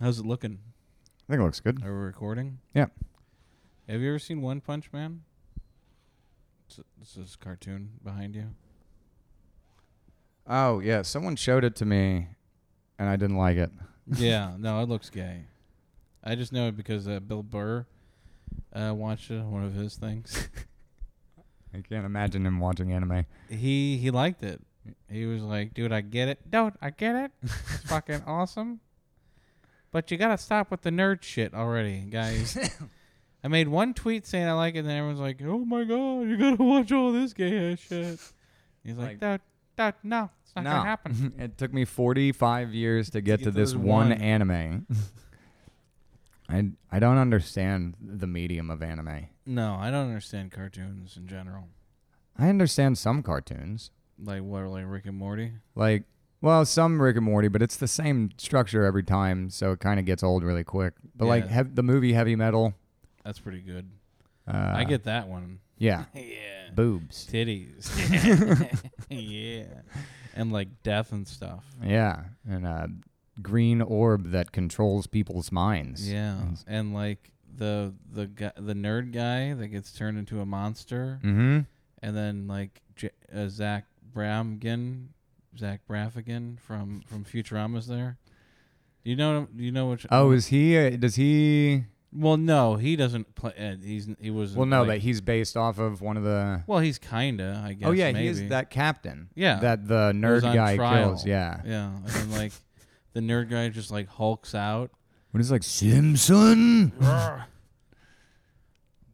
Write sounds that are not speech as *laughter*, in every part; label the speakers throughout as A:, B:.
A: How's it looking?
B: I think it looks good.
A: Are we recording?
B: Yeah.
A: Have you ever seen One Punch Man? It's, it's this cartoon behind you.
B: Oh yeah, someone showed it to me, and I didn't like it.
A: yeah, no, it looks gay. I just know it because uh, Bill Burr uh, watched it, one of his things.
B: I can't imagine him watching anime. *laughs*
A: he he liked it. He was like, "Dude, I get it. Dude, I get it.
B: *laughs*
A: It's fucking awesome." But you gotta stop with the nerd shit already,
B: *laughs*
A: guys. I made one tweet saying I like it, and then everyone's like, "Oh my god, you gotta watch all this gay ass shit." He's like,
B: Like-
A: "Dude, dude, no, it's not gonna happen."
B: *laughs* it took me 45 years to get
A: get
B: to,
A: to
B: this
A: this
B: one,
A: one. *laughs*
B: anime. I I don't understand the medium of anime.
A: No, I don't understand cartoons in general.
B: I understand some cartoons,
A: Like what, like Rick and Morty?
B: like well, some Rick and Morty, but it's the same structure every time, so it kind of gets old really quick. But like
A: Yeah.
B: hev- the movie Heavy Metal,
A: That's pretty good.
B: uh,
A: I get that one.
B: yeah
A: Yeah.
B: boobs.
A: Titties.
B: *laughs*
A: yeah. *laughs* And like death and stuff.
B: Yeah, and a green orb that controls people's minds.
A: Yeah. And like the the guy, the nerd guy that gets turned into a monster,
B: Mm-hmm.
A: and then like J- uh, Zach Bramgen, Zach Braffigan from from Futurama's there. Do you know? Do you know which?
B: Oh, is he? Uh, does he?
A: well, no, he doesn't play. Uh, he's he was.
B: Well, no,
A: like,
B: but he's based off of one of the.
A: Well, he's kinda. I guess.
B: oh yeah,
A: maybe.
B: he is that captain.
A: Yeah.
B: That the
A: Who
B: nerd
A: was on
B: guy
A: trial.
B: kills. Yeah.
A: Yeah, and then, like the nerd guy just like hulks out.
B: What is it,
A: *laughs*
B: like Simpson?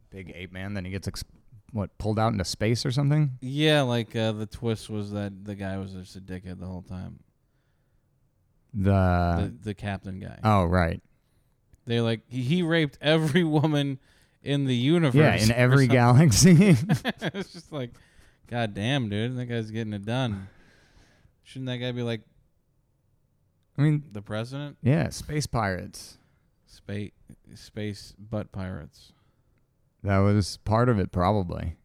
B: Big ape man. Then he gets ex- what pulled out into space or something.
A: Yeah, like uh, the twist was that the guy was just a dickhead the whole time.
B: The.
A: The the captain guy.
B: Uh. oh right.
A: they like he, he raped every *laughs* woman in the universe.
B: Yeah, in
A: or
B: every
A: something.
B: galaxy.
A: *laughs*
B: *laughs*
A: it's just like, god damn, dude, that guy's getting it done. Shouldn't that guy be like
B: I mean,
A: the president?
B: yeah, space pirates.
A: Space space butt pirates.
B: That was part of it, probably.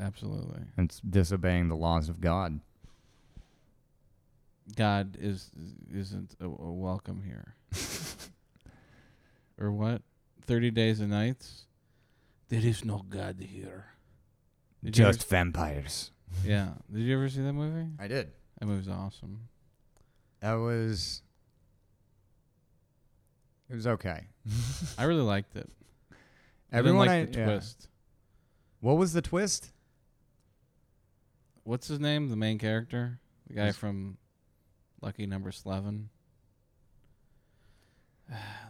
A: Absolutely.
B: It's disobeying the laws of God.
A: God is isn't a, a welcome here. or what? Thirty days and nights. There is no God here. Did you ever
B: Just vampires.
A: s- yeah. Did you ever see that movie?
B: I did.
A: That movie's awesome.
B: That was. It was okay.
A: I really liked it.
B: Everyone,
A: I didn't like the
B: I- yeah.
A: twist.
B: What was the twist?
A: What's his name? The main character, the guy
B: Yes.
A: from Lucky Number Eleven.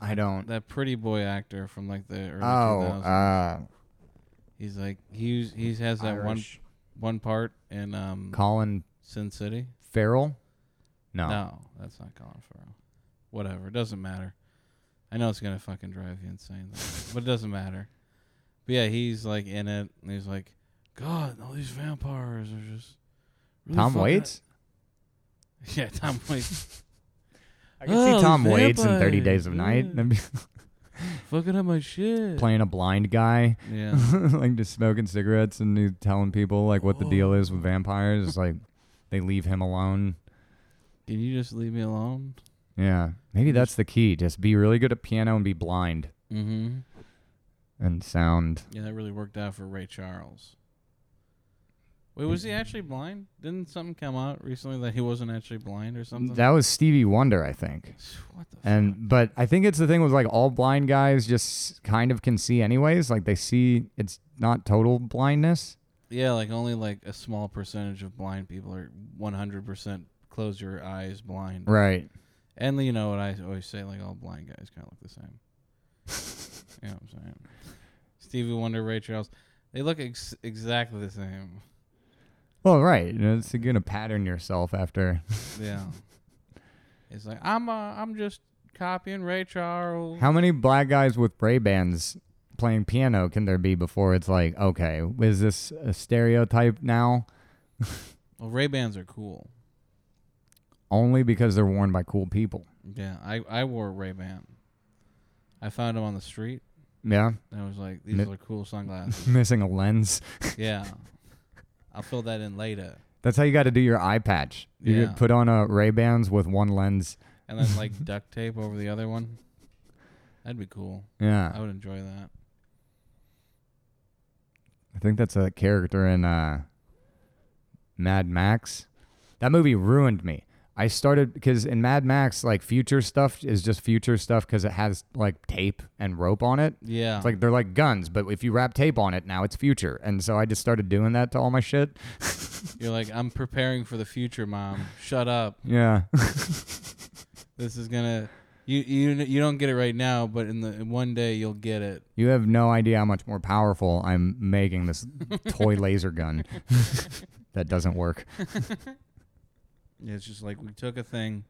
B: I don't.
A: That pretty boy actor from like the early
B: Mm. Oh,
A: 2000s.
B: uh,
A: he's like he's he's has that one
B: Irish.
A: one part in um
B: Colin
A: Sin City.
B: Farrell. No.
A: No, that's not Colin Farrell. Whatever, it doesn't matter. I know it's gonna fucking drive you insane, though, *laughs* but it doesn't matter. But yeah, he's like in it, and he's like, God, all these vampires are just. really
B: Tom
A: fucking-"
B: Waits.
A: *laughs* Yeah, Tom Waits.
B: I can
A: Oh,
B: see Tom Waits in Thirty
A: vampires,
B: Days of Night
A: yeah. fucking up my shit.
B: playing a blind guy, *laughs*
A: Yeah.
B: like just smoking cigarettes and he's telling people like what the deal is with vampires. It's like they leave him alone.
A: Can you just leave me alone?
B: Yeah, maybe that's the key. Just be really good at piano and be blind
A: Mm-hmm.
B: and sound.
A: Yeah, that really worked out for Ray Charles. Wait, was he
B: Mm-hmm.
A: actually blind? Didn't something come out recently that he wasn't actually blind or something?
B: That was Stevie Wonder, I think.
A: what the fuck?
B: And but I think it's the thing with like all blind guys just kind of can see anyways. Like they see it's not total blindness.
A: Yeah, like only like a small percentage of blind people are 100% close your eyes blind.
B: Right.
A: And you know what I always say, like all blind guys kind of look the same.
B: *laughs*
A: you know what I'm saying? Stevie Wonder, Ray Charles, they look ex- exactly the same.
B: Well, right. You know, It's you're gonna pattern yourself after. *laughs*
A: Yeah. it's like I'm uh, I'm just copying Ray Charles.
B: How many black guys with Ray Bans playing piano can there be before it's like, okay, is this a stereotype now?
A: well, Ray Bans are cool.
B: Only because they're worn by cool people.
A: Yeah, I I wore a Ray Ban. I found them on the street
B: Yeah.
A: and I was like, these
B: Nip.
A: are cool sunglasses.
B: *laughs* Missing a lens. *laughs*
A: yeah. I'll fill that in later.
B: That's how you gotta do your eye patch. You
A: Yeah.
B: put on a Ray Bans with one lens.
A: And then like duct tape over the other one. That'd be cool. I
B: Yeah.
A: would enjoy that.
B: I think that's a character in uh, Mad Max. That movie ruined me. I started because in Mad Max, like future stuff is just future stuff because it has like tape and rope on it.
A: Yeah.
B: It's like they're like guns, but if you wrap tape on it, now it's future. And so I just started doing that to all my shit.
A: You're like, I'm preparing for the future, mom. Shut up.
B: Yeah.
A: This is gonna. You you you don't get it right now, but in the in one day you'll get
B: *laughs*
A: it.
B: *laughs* you have no idea how much more powerful I'm making this *laughs* toy laser gun that doesn't work.
A: Yeah, It's just like we took a thing,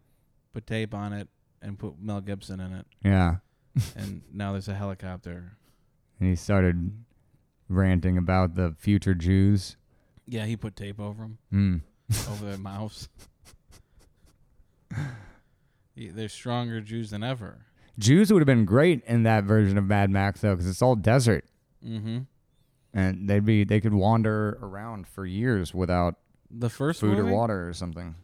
A: put tape on it, and put Mel Gibson in it,
B: Yeah.
A: and now there's a helicopter.
B: And he started ranting about the future Jews.
A: Yeah, he put tape over them,
B: Mm.
A: over their
B: *laughs*
A: mouths. Yeah, They're stronger Jews than ever.
B: Jews would have been great in that version of Mad Max though, because it's all desert,
A: Mm-hmm.
B: and they'd be they could wander around for years without
A: The first
B: food
A: movie?
B: or water or something.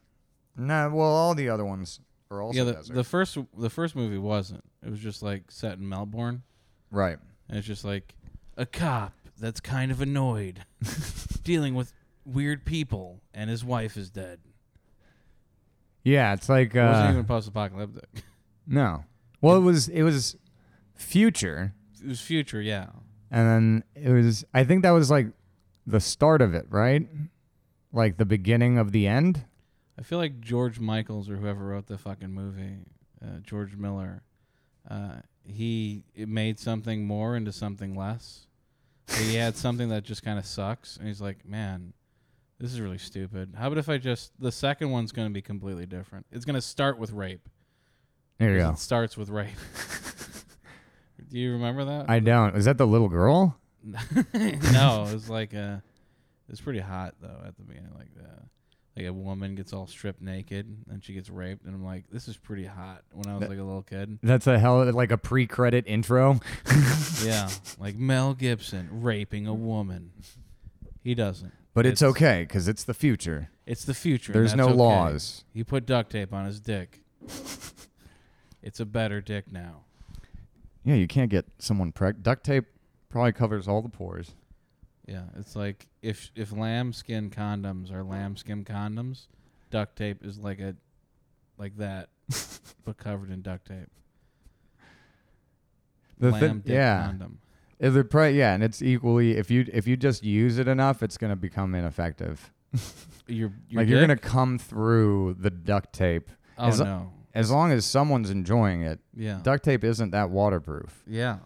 B: No, well, all the other ones are also
A: yeah, the,
B: desert.
A: the first the first movie wasn't. It was just like set in Melbourne.
B: right.
A: And it's just like a cop that's kind of
B: *laughs*
A: annoyed dealing with weird people and his wife is dead.
B: Yeah, it's like
A: It wasn't
B: uh,
A: even post apocalyptic.
B: no. Well, it was it was future,
A: It was future, yeah.
B: and then it was. I think that was like the start of it, right? Like the beginning of the end.
A: I feel like George Michaels or whoever wrote the fucking movie, uh, George Miller, uh, he it made something more into something less. So
B: *laughs*
A: he had something that just kind of sucks, and he's like, man. This is really stupid. How about if I just the second one's going to be completely different? It's going to start with rape.
B: There you
A: 'Cause
B: go.
A: It starts with
B: *laughs*
A: rape. Do you remember that?
B: I don't. Is that the little girl? *laughs*
A: no, it was like a. It's pretty hot though at the beginning, like the, like a woman gets all stripped naked and she gets raped, and I'm like, this is pretty hot. When I was
B: That-
A: like a little kid,
B: That's a hell like a pre-credit intro.
A: yeah, like Mel Gibson raping a woman. He doesn't.
B: But it's,
A: It's-
B: okay because it's the future.
A: It's the future.
B: There's
A: that's
B: no
A: okay.
B: laws.
A: He put duct tape on his dick. it's a better dick now.
B: Yeah, you can't get someone pregnant. Duct tape probably covers all the pores.
A: Yeah, it's like if if lambskin condoms are lambskin condoms, duct tape is like a like
B: *laughs*
A: that, but covered in duct tape.
B: The
A: Lamb
B: thing,
A: dick
B: yeah, *laughs*
A: condom.
B: If they're pre- yeah, and it's equally if you if you just use it enough, it's gonna become ineffective.
A: Your, your
B: like you're gonna
A: dick?
B: come through the duct tape
A: Oh
B: as-
A: no.
B: as long as someone's enjoying it.
A: Yeah.
B: Duct tape isn't that waterproof.
A: yeah.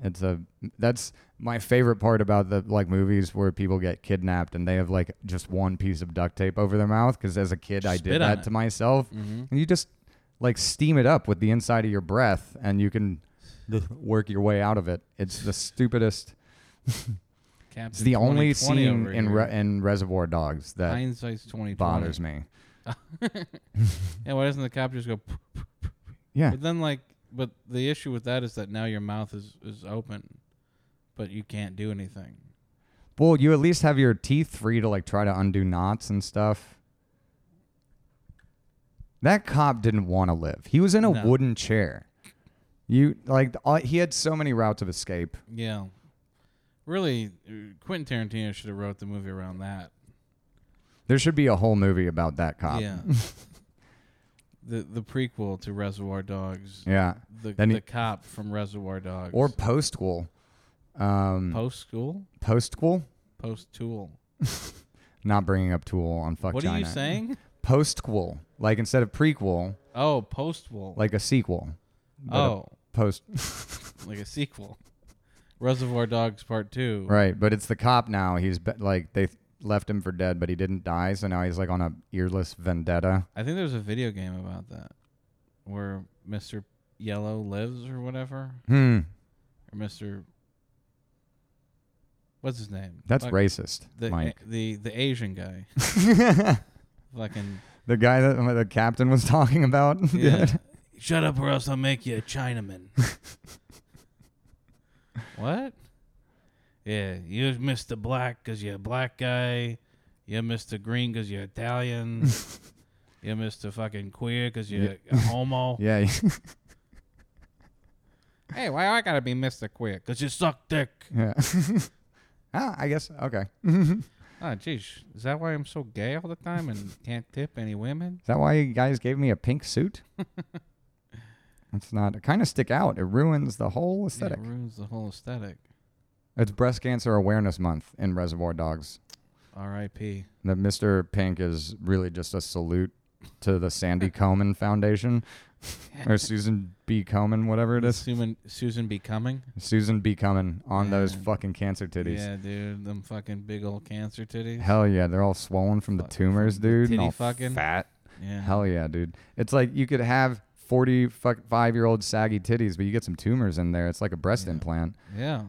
B: It's a that's my favorite part about the like movies where people get kidnapped and they have like just one piece of duct tape over their mouth. Because as a kid, I
A: Just
B: did
A: spit on
B: that
A: it.
B: to myself.
A: Mm-hmm.
B: And you just like steam it up with the inside of your breath and you can just work your way out of it. It's the stupidest.
A: Captain
B: It's the only
A: 2020
B: scene
A: over
B: in
A: here.
B: re- in Reservoir Dogs that
A: hindsight's twenty
B: bothers me.
A: Yeah, why doesn't the cop just go? "Pff,"
B: Yeah.
A: But then like, but the issue with that is that now your mouth is is open, but you can't do anything.
B: Well, you at least have your teeth free to like try to undo knots and stuff. That cop didn't want to live. He was in a
A: No.
B: wooden chair. You like all, he had so many routes of escape.
A: Yeah. Really, uh, Quentin Tarantino should have wrote the movie around that.
B: There should be a whole movie about that cop. *laughs*
A: Yeah. the the prequel to Reservoir Dogs.
B: Yeah.
A: The,
B: Then
A: the
B: he-
A: cop from Reservoir Dogs.
B: Or postquel. Um
A: post school,
B: Postquel?
A: post Tool.
B: Not bringing up Tool on fuck
A: What
B: China.
A: are you saying?
B: Postquel, like instead of prequel,
A: Oh, post Wool.
B: like a sequel. but a
A: oh,
B: post *laughs*
A: like a sequel. Reservoir Dogs Part Two.
B: right, but it's the cop now. He's be- like they left him for dead, but he didn't die, so now he's like on a earless vendetta.
A: I think there's a video game about that, where Mister Yellow lives or whatever,
B: Hmm,
A: or Mister. What's his name?
B: that's
A: Fuck.
B: racist, *laughs*
A: the eh,
B: Mike.
A: the the Asian guy. Fucking
B: the guy that the captain was *laughs* talking about.
A: *laughs* yeah.
B: *laughs*
A: Shut up or else I'll make you a *laughs* Chinaman. what? Yeah, you Mister Black because you're a black guy. You're Mister Green because you're Italian. *laughs* *laughs* you're Mister Fucking Queer because you're a homo.
B: yeah.
A: hey, why I gotta be Mister Queer? Cause you suck dick.
B: Yeah. *laughs* ah, I guess. Okay.
A: Oh, jeez, is that why I'm so gay all the time and can't tip any women?
B: Is that why you guys gave me a
A: *laughs*
B: pink suit? That's not. It kind of stick out. It ruins the whole
A: Yeah,
B: aesthetic.
A: it ruins the whole aesthetic.
B: It's Breast Cancer Awareness Month in Reservoir Dogs.
A: R.I.P.
B: The Mr. Pink is really just a salute to
A: *laughs*
B: the Sandy Komen Foundation or Susan B. Komen, whatever
A: *laughs*
B: it is.
A: Susan Susan becoming.
B: Susan B. Komen on those
A: Yeah.
B: fucking cancer titties.
A: Yeah, dude, them fucking big old cancer titties.
B: Hell yeah, they're all swollen from the
A: Fuck,
B: tumors,
A: from the
B: dude. and
A: titty
B: all
A: fucking.
B: fat.
A: Yeah.
B: Hell yeah, dude. It's like you could have 45 year old saggy titties, but you get some tumors in there. It's like a breast
A: Yeah.
B: implant.
A: Yeah.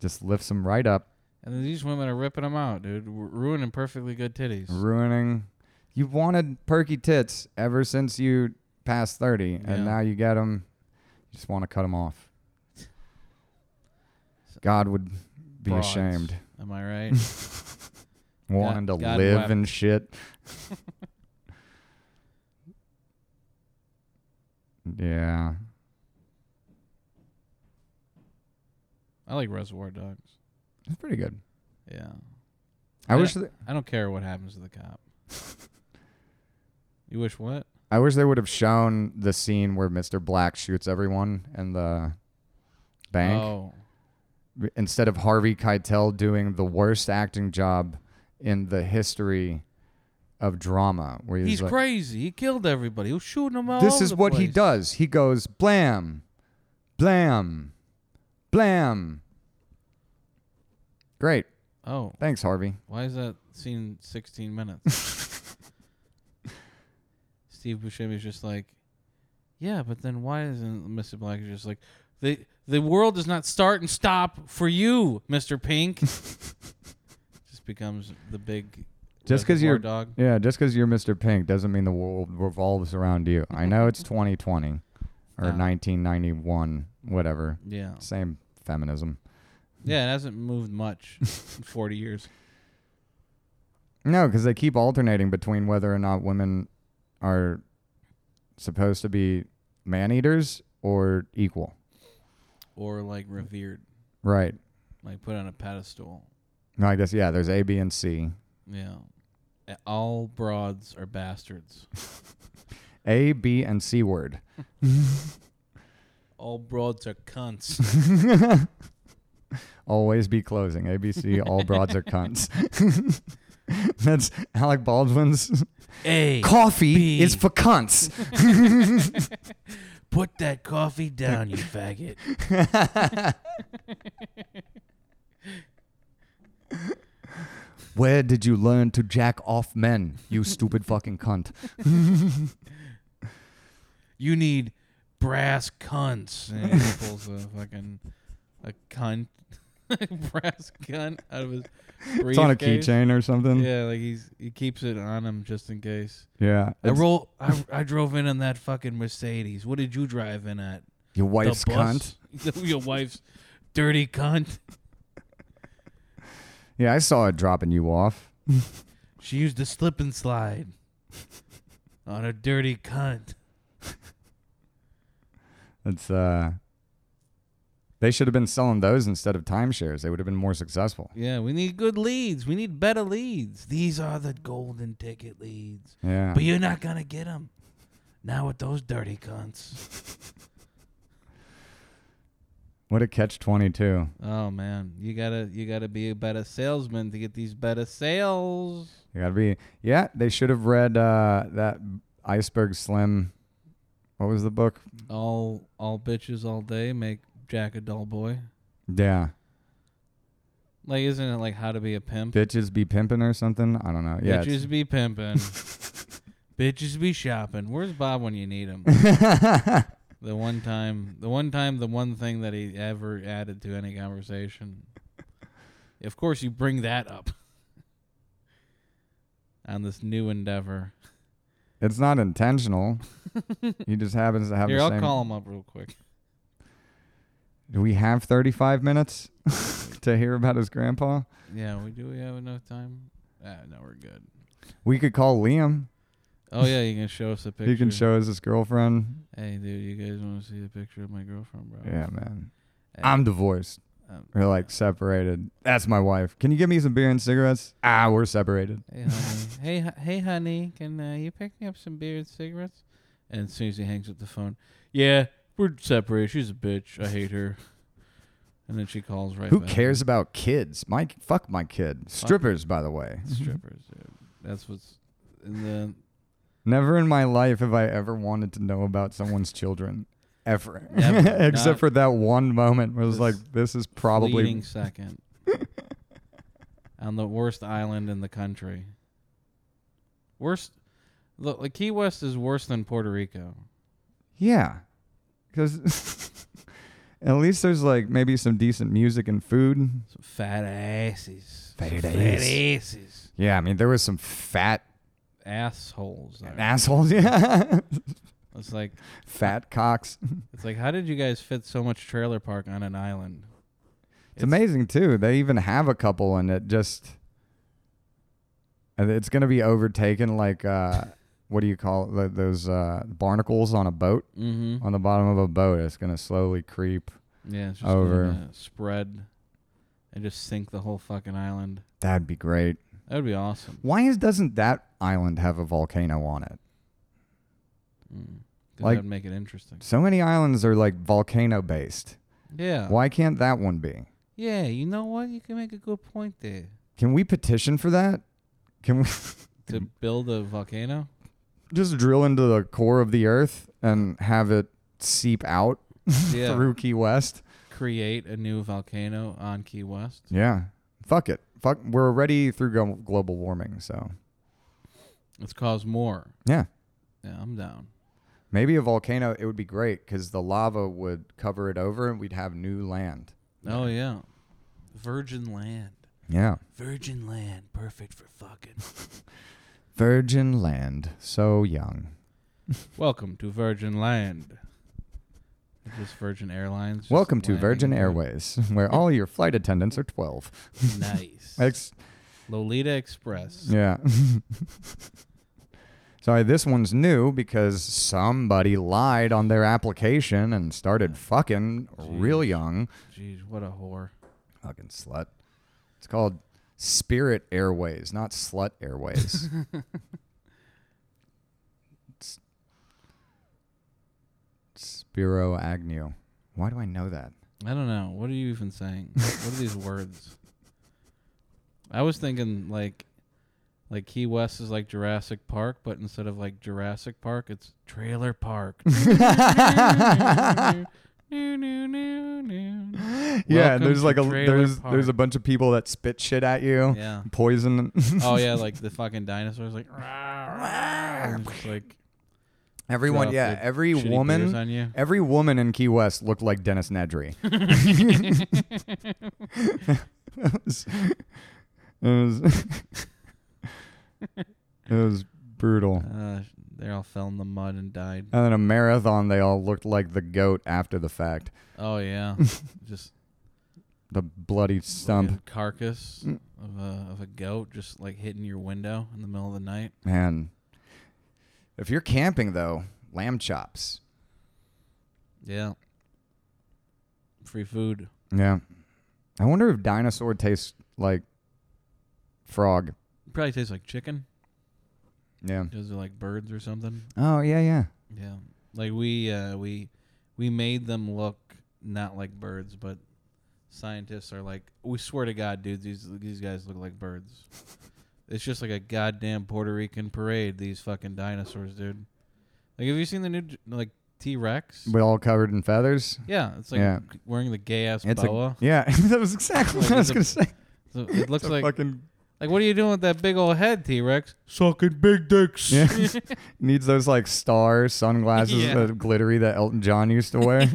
B: Just lifts them right up,
A: And then these women are ripping them out, dude, Ru- ruining perfectly good titties.
B: ruining. You've wanted perky tits ever since you passed 30,
A: Yeah.
B: and now you get them. You just want to cut them off. God would be
A: Broads.
B: ashamed.
A: Am I right?
B: *laughs* Wanting to
A: God
B: live
A: wept. *laughs*
B: and shit. yeah.
A: I like Reservoir Dogs.
B: It's pretty good.
A: Yeah.
B: I
A: Yeah.
B: wish th-
A: I don't care what happens to the
B: *laughs*
A: cop. you wish what?
B: I wish they would have shown the scene where Mr. Black shoots everyone in the bank
A: Oh.
B: instead of Harvey Keitel doing the worst acting job in the history of drama. Where he's,
A: He's
B: like,
A: crazy. He killed everybody. He was shooting them all.
B: This
A: over
B: is
A: the
B: what he
A: place.
B: does. He goes blam, blam, blam. Great,
A: Oh,
B: thanks, Harvey.
A: why is that scene 16 minutes?
B: *laughs*
A: Steve Buscemi's just like, yeah, but then why isn't Mr. Black just like, the the world does not start and stop for you, Mr.
B: *laughs*
A: Pink. just becomes the big
B: Just 'cause
A: Reservoir
B: you're-
A: dog.
B: Yeah, just because you're Mr. Pink doesn't mean the world revolves around you. I know
A: *laughs*
B: it's 2020 or
A: Uh.
B: 1991, whatever.
A: Yeah,
B: Same feminism.
A: yeah, it hasn't moved much in 40 years.
B: No, because they keep alternating between whether or not women are supposed to be man eaters or equal.
A: Or like revered,
B: Right.
A: like put on a pedestal.
B: No, I guess yeah. There's A, B, and C.
A: Yeah, Uh, all broads are bastards.
B: A, B, and C word. *laughs*
A: All broads are cunts.
B: *laughs* Always be closing. A, B, C. All broads are cunts. *laughs* That's Alec Baldwin's.
A: Hey,
B: Coffee
A: B.
B: is for cunts.
A: *laughs* put that coffee down, you faggot.
B: *laughs* Where did you learn to jack off men, you stupid fucking cunt?
A: You need brass *laughs* cunts. And he pulls a fucking a cunt, *laughs* brass cunt out of his. Briefcase.
B: It's on a keychain or something.
A: Yeah, like he's he keeps it on him just in case.
B: Yeah.
A: I
B: It's
A: roll. I, I drove in on that fucking Mercedes. What did you drive in at?
B: your wife's
A: the
B: cunt.
A: bus? *laughs* Your wife's dirty cunt.
B: Yeah, I saw it dropping you off.
A: She used a slip and slide *laughs* on a dirty cunt.
B: It's uh they should have been selling those instead of timeshares. They would have been more successful.
A: Yeah, we need good leads. We need better leads. These are the golden ticket leads.
B: Yeah.
A: But you're not going to get them. Now with those dirty cunts.
B: What a catch twenty two.
A: Oh man, you got to you got to be a better salesman to get these better sales.
B: You gotta be yeah, they should have read uh that iceberg slim what was the book?
A: All all bitches all day make Jack a dull boy.
B: Yeah.
A: Like isn't it like how to be a pimp?
B: Bitches be pimping or something. I don't know. Yeah. it's-
A: bitches be pimping. *laughs* bitches be shopping. Where's Bob when you need him? The one time, the one time, the one thing that he ever added to any conversation. of course, you bring that up on this new endeavor.
B: *laughs* it's
A: *laughs*
B: not intentional. he just happens to have
A: Here,
B: the
A: I'll
B: same.
A: call him up real quick.
B: Do we have 35 minutes *laughs* to hear about his grandpa?
A: Yeah, we do. We have enough time. Ah, no, we're good.
B: We could call Liam.
A: Oh yeah, you can show us a picture.
B: He can show us his girlfriend.
A: Hey, dude, you guys want to see a picture of my girlfriend, bro?
B: Yeah, man.
A: Hey,
B: I'm divorced.
A: um,
B: We're like separated. That's my wife. Can you give me some beer and cigarettes? Ah, we're separated.
A: Hey, honey. hey, hu- hey, honey. Can uh, you pick me up some beer and cigarettes? And as soon as he hangs up the phone, yeah, we're separated. She's a bitch. I hate her. And then she calls right.
B: Who
A: back.
B: cares about kids? My fuck my kid. Strippers, by the way.
A: *laughs* Strippers, dude. That's what's. And then
B: Never in my life have I ever wanted to know about someone's children. Ever.
A: *laughs* Never. Not-
B: *laughs* Except for that one moment where it was
A: This
B: like, this is probably
A: fleeting second *laughs* on the worst island in the country. Worst. Look, like Key West is worse than Puerto Rico.
B: Yeah. Because *laughs* at least there's like maybe some decent music and food.
A: Some fat asses.
B: Fat
A: Some
B: ass.
A: asses.
B: Yeah, I mean, there was some fat
A: Assholes. though.
B: assholes. *laughs* Yeah.
A: It's like
B: fat cocks.
A: it's like how did you guys fit so much trailer park on an island?
B: It's amazing, too. They even have a couple, and it just. and It's going to be overtaken like, uh, what do you call it? Like Those uh, barnacles on a boat,
A: Mm-hmm.
B: on the bottom of a boat. It's going to slowly creep.
A: Yeah, it's just
B: Over.
A: gonna spread and just sink the whole fucking island.
B: That'd be great.
A: That would be awesome.
B: Why is, doesn't that island have a volcano on it?
A: Mm. 'Cause
B: Like-
A: that'd make it interesting.
B: So many islands are like volcano based.
A: Yeah.
B: Why can't that one be?
A: Yeah, you know what? You can make a good point there.
B: Can we petition for that? Can we *laughs* Mm-hmm.
A: To build a volcano?
B: just drill into the core of the earth and have it seep out
A: Yeah.
B: through Key West?
A: Create a new volcano on Key West.
B: Yeah. Fuck it. Fuck. We're already through glo- global warming, so
A: Let's cause more.
B: yeah.
A: Yeah, I'm down.
B: Maybe a volcano. It would be great because the lava would cover it over, and we'd have new land.
A: Oh yeah. Virgin land.
B: Yeah.
A: Virgin land. Perfect for fucking.
B: Virgin land, so young.
A: Welcome to Virgin Land. Is this Virgin Airlines? just
B: Welcome to
A: landing
B: Virgin
A: in-
B: Airways, *laughs* where all your flight attendants are twelve.
A: *laughs* Nice.
B: *laughs* Ex-
A: Lolita Express.
B: Yeah. *laughs* Sorry, this one's new because somebody lied on their application and started fucking real young.
A: Ah, Jeez, what a whore.
B: Fucking slut. It's called Spirit Airways, not Slut
A: *laughs*
B: Airways. S- Spiro Agnew. Why do I know that?
A: I don't know. What are you even
B: *laughs*
A: saying? what are these words? I was thinking like like Key West is like Jurassic Park, but instead of like Jurassic Park, it's Trailer
B: *laughs*
A: Park. *laughs*
B: yeah,
A: Welcome
B: and there's
A: to
B: like a
A: Trailer
B: there's
A: Park.
B: there's a bunch of people that spit shit at you.
A: Yeah.
B: Poison. *laughs*
A: Oh yeah, like the fucking dinosaurs like, *laughs* and it's just, like
B: Everyone,
A: drop
B: yeah,
A: their
B: every
A: shitty beers
B: woman
A: on you.
B: Every woman in Key West looked like Dennis
A: *laughs*
B: Nedry. *laughs* it was, it was, *laughs* it was brutal.
A: Uh, they all fell in the mud and died.
B: And then a marathon, they all looked like the goat after the fact.
A: Oh yeah, just
B: The bloody
A: fucking
B: stump.
A: carcass of a of a goat just like hitting your window in the middle of the night.
B: Man. If you're camping, though, lamb chops.
A: Yeah. Free food.
B: Yeah. I wonder if dinosaur tastes like frog.
A: Probably tastes like chicken
B: Yeah.
A: because they're like birds or something.
B: Oh, yeah, yeah.
A: Yeah. Like we uh we we made them look not like birds, but scientists are like we swear to god, dude, these these guys look like birds. it's just like a goddamn Puerto Rican parade these fucking dinosaurs, dude. Like have you seen the new like T-Rex?
B: But all covered in feathers.
A: Yeah, it's like
B: Yeah.
A: wearing the gay ass
B: It's
A: boa.
B: a yeah. *laughs* that was exactly
A: Like,
B: what I
A: it's
B: was
A: a-
B: gonna say. *laughs*
A: So it looks
B: It's a
A: like *laughs*
B: fucking
A: like what are you doing with that big old head, T Rex? Sucking big dicks.
B: Yeah. needs those like stars, sunglasses,
A: Yeah.
B: the glittery that Elton John used
A: *laughs*
B: to wear.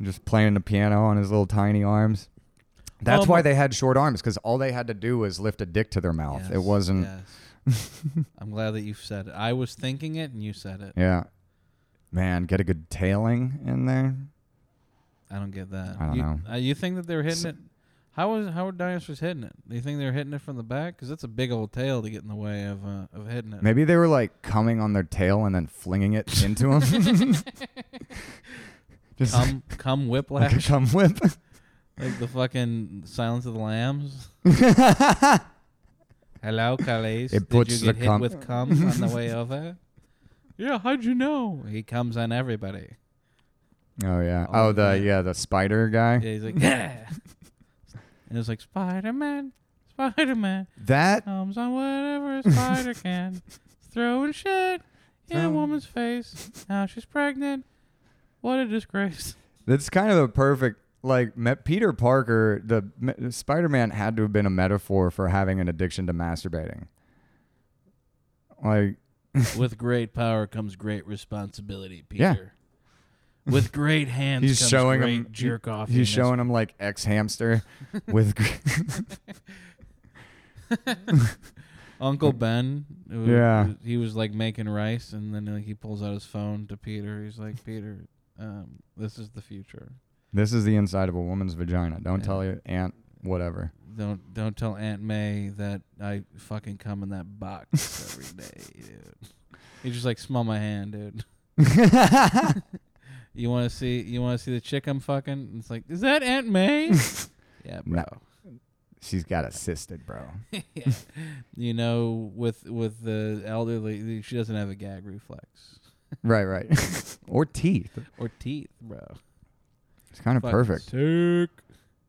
B: Just playing the piano on his little tiny arms. That's
A: Um,
B: why they had short arms because all they had to do was lift a dick to their mouth.
A: Yes,
B: it wasn't. *laughs*
A: yes. I'm glad that you've said it. I was thinking it and you said it.
B: Yeah. Man, get a good tailing in there.
A: I don't get that.
B: I don't
A: you,
B: know.
A: Uh, you think that they were hitting it How was Howard Dinosaurs hitting it? Do you think they're hitting it from the back? Because that's a big old tail to get in the way of uh, of hitting it.
B: Maybe they were like coming on their tail and then flinging it into
A: *laughs*
B: him. Just *laughs* like
A: Come, come
B: a
A: whiplash,
B: cum whip. *laughs*
A: like the fucking Silence of the Lambs.
B: *laughs*
A: Hello, Calais. Did you
B: puts the
A: get hit
B: cum-
A: with cum on the
B: *laughs*
A: way over? Yeah, how'd you know? He comes on
B: *laughs*
A: everybody.
B: Oh yeah.
A: Oh,
B: Oh the
A: yeah.
B: yeah the spider guy.
A: Yeah, he's like, yeah. and it's like Spider Man, Spider Man
B: That
A: comes on whatever a
B: *laughs*
A: spider can, throwing shit in a
B: Um.
A: woman's face. Now she's pregnant. What a disgrace!
B: that's kind of the perfect like me- Peter Parker. The me- Spider-Man had to have been a metaphor for having an addiction to masturbating. Like
A: *laughs* With great power comes great responsibility,
B: Yeah.
A: Peter. With great hands,
B: He's
A: comes
B: showing
A: great
B: him-
A: jerk off.
B: he's showing him like ex
A: *laughs*
B: hamster with gr- *laughs*
A: *laughs* Uncle Ben. who-
B: Yeah.
A: who- he was like making rice, and then like, he pulls out his phone to Peter. He's like, Peter, um, this is the future.
B: this is the inside of a woman's vagina. Don't
A: Yeah.
B: tell your aunt whatever.
A: Don't don't tell Aunt May that I fucking come in that box every day, dude. He's just like smell my hand, dude. You want to see you want to see the chick I'm fucking? And it's like, is that Aunt May? yeah, bro.
B: No. She's got assisted, bro.
A: yeah. You know, with with the elderly, she doesn't have a gag reflex
B: *laughs* right, right. *laughs* or teeth.
A: or teeth, bro.
B: It's kind of
A: Fucking
B: perfect.
A: Sick.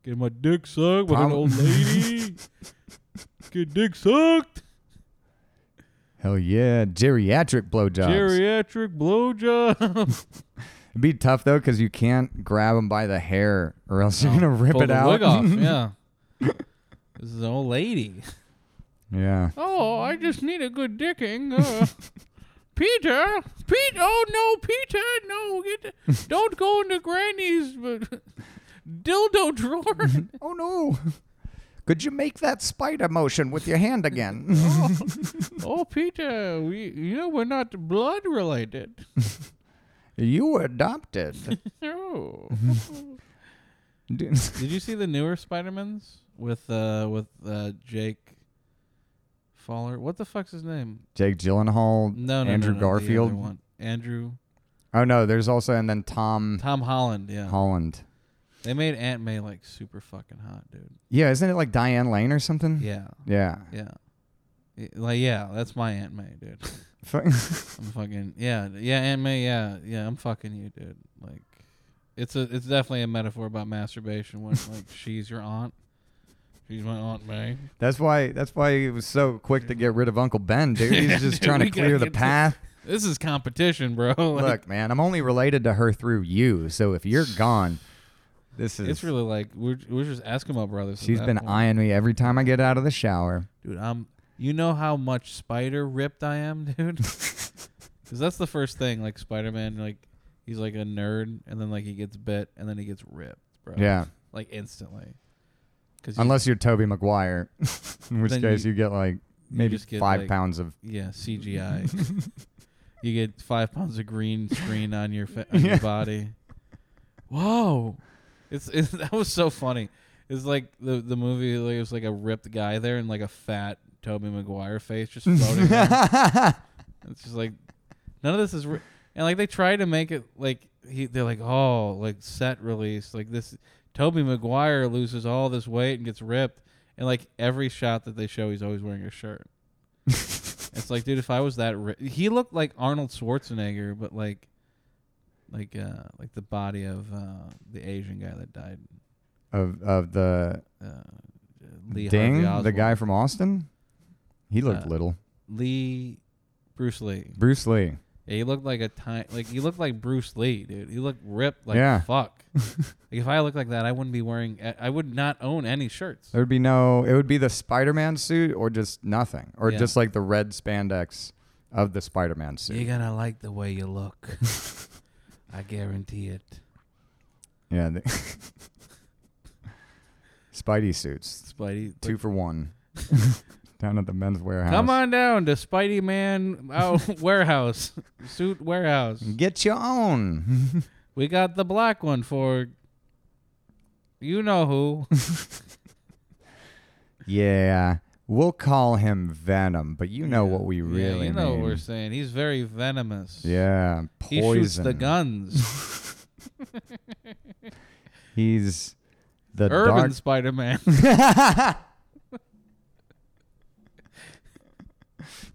A: Get my dick sucked by an
B: Prob-
A: old lady. Get dick sucked.
B: Hell yeah, geriatric blowjobs.
A: Geriatric blowjob.
B: It'd be tough though, because you can't grab them by the hair, or else you're gonna rip
A: Pull
B: it
A: the
B: out.
A: wig off. Yeah. this is an old lady.
B: *laughs* yeah.
A: Oh, I just need a good dicking.
B: *laughs*
A: Uh, Peter, Pete. Oh no, Peter, no, get, don't go into Granny's uh, dildo drawer.
B: *laughs* Oh no. Could you make that spider motion with your hand *laughs* again?
A: oh, oh, Peter, we, you know, we're not blood related. *laughs*
B: you were adopted.
A: No.
B: *laughs* Dude,
A: Did you see the newer Spider-Mans with uh with uh Jake Fowler? What the fuck's his name?
B: Jake Gyllenhaal.
A: No, no,
B: Andrew
A: no, no, the other
B: Garfield?
A: one. Andrew
B: Oh no, there's also and then Tom
A: *laughs* Tom Holland, yeah.
B: Holland.
A: They made Aunt May like super fucking hot, dude.
B: *laughs* Yeah, isn't it like Diane Lane or something?
A: Yeah.
B: Yeah.
A: Yeah. Y- Like yeah, that's my Aunt May, dude.
B: Fuck. *laughs*
A: I'm fucking yeah, yeah, Aunt May, yeah, yeah. I'm fucking you, dude. Like, it's a it's definitely a metaphor about masturbation
B: *laughs*
A: when like she's your aunt, she's my Aunt May.
B: That's why. That's why he was so quick to get rid of Uncle Ben, dude.
A: *laughs*
B: He's just trying to
A: We gotta
B: clear the
A: get to-
B: path.
A: This is competition, bro. *laughs* Like,
B: Look, man, I'm only related to her through you. So
A: *sighs*
B: if you're gone, this is.
A: It's really like we're we're just Eskimo brothers. at
B: she's
A: that
B: been
A: point.
B: eyeing me every time I get out of the shower.
A: dude. I'm. You know how much spider ripped I am, *laughs*
B: *laughs*
A: dude. Because that's the first thing. Like Spider Man, like he's like a nerd, and then like he gets bit, and then he gets ripped, bro.
B: Yeah,
A: like instantly. Because
B: unless you're Toby Maguire, *laughs* in which
A: Then
B: case
A: you-
B: you, get like maybe
A: just get,
B: five
A: like-
B: pounds of.
A: yeah,
B: *laughs*
A: CGI. you get five pounds of green screen on your fa-
B: *laughs*
A: on your
B: Yeah.
A: body. Whoa, it's, it's *laughs* that was so funny. It's like the the movie. Like, it was like a ripped guy there and like a fat Toby Maguire face just floating.
B: *laughs*
A: there. It's just like none of this is. Re- and like they tried to make it like he. They're like, oh, like set release. Like this, Toby Maguire loses all this weight and gets ripped. And like every shot that they show, he's always wearing a
B: *laughs*
A: shirt. It's like, dude, if I was that, ri- he looked like Arnold Schwarzenegger, but like, like, uh, like the body of uh, the Asian guy that died.
B: of of the
A: Uh, Lee Harvey
B: ding, the
A: Oswald.
B: guy from Austin. He looked
A: Uh,
B: little.
A: Lee, Bruce Lee.
B: Bruce Lee.
A: Yeah, he looked like a tiny, like he looked like Bruce Lee, dude. He looked ripped like
B: Yeah. *laughs*
A: fuck. like if I looked like that, I wouldn't be wearing. I- I would not own any shirts.
B: There would be no. It would be the Spider-Man suit or just nothing, or
A: Yeah.
B: just like the red spandex of the Spider-Man suit.
A: You're gonna like the way you
B: *laughs*
A: look. I guarantee it.
B: Yeah. the- *laughs* Spidey suits,
A: Spidey,
B: two for
A: *laughs*
B: one, down at the men's warehouse.
A: Come on down to Spidey Man uh, *laughs* Warehouse, Suit Warehouse.
B: get your own. *laughs*
A: We got the black one for you know who.
B: Yeah. We'll call him Venom, but you know
A: *laughs* Yeah.
B: what we really
A: yeah, you know
B: mean.
A: what we're saying. He's very venomous.
B: yeah.
A: He
B: Poison.
A: shoots the guns.
B: He's *laughs* the
A: Urban
B: dark
A: Spider Man.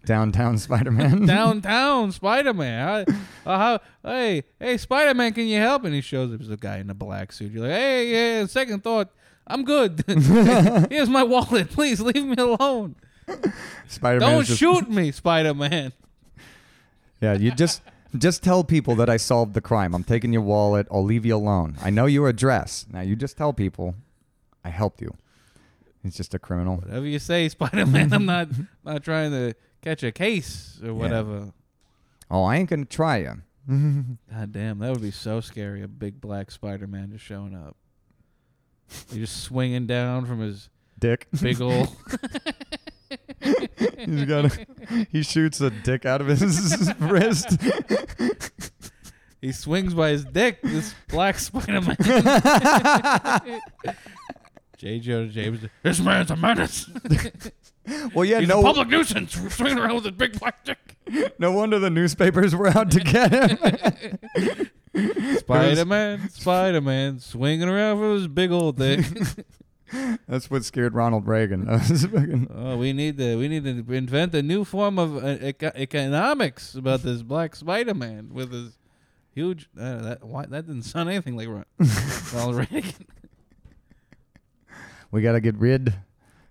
B: downtown *laughs* Spider-Man.
A: Downtown Spider Man. Uh, how, hey, hey, Spider Man, can you help? And he shows up as a guy in a black suit. You're like, hey, yeah, second thought, I'm good. *laughs* Here's my wallet. Please leave me alone.
B: Spider-Man.
A: Don't
B: is just-
A: shoot me, Spider Man.
B: Yeah, you just just tell people that I solved the crime. I'm taking your wallet. I'll leave you alone. I know your address. Now you just tell people I helped you. He's just a criminal.
A: Whatever you say, Spider Man, I'm not not trying to catch a case or whatever.
B: Oh, I ain't gonna try you.
A: God damn, that would be so scary. A big black Spider Man just showing up. He's just swinging down from his
B: Dick.
A: big old.
B: He's got a, he shoots a dick out of his *laughs* wrist.
A: He swings by his dick. This black Spider Man. J. Jonah James. This man's a menace.
B: Well, *laughs* yeah,
A: He's
B: no,
A: a public nuisance. Swinging around with his big black dick.
B: no wonder the newspapers were out to get him. *laughs*
A: Spider Man, Spider Man, swinging around with his big old dick.
B: *laughs* That's what scared Ronald Reagan. *laughs* That was fucking-
A: oh, we need to we need to invent a new form of uh, eco- economics about this black Spider Man with his huge. Uh, that why, that didn't sound anything like
B: *laughs*
A: Ron- Ronald Reagan.
B: we gotta get rid,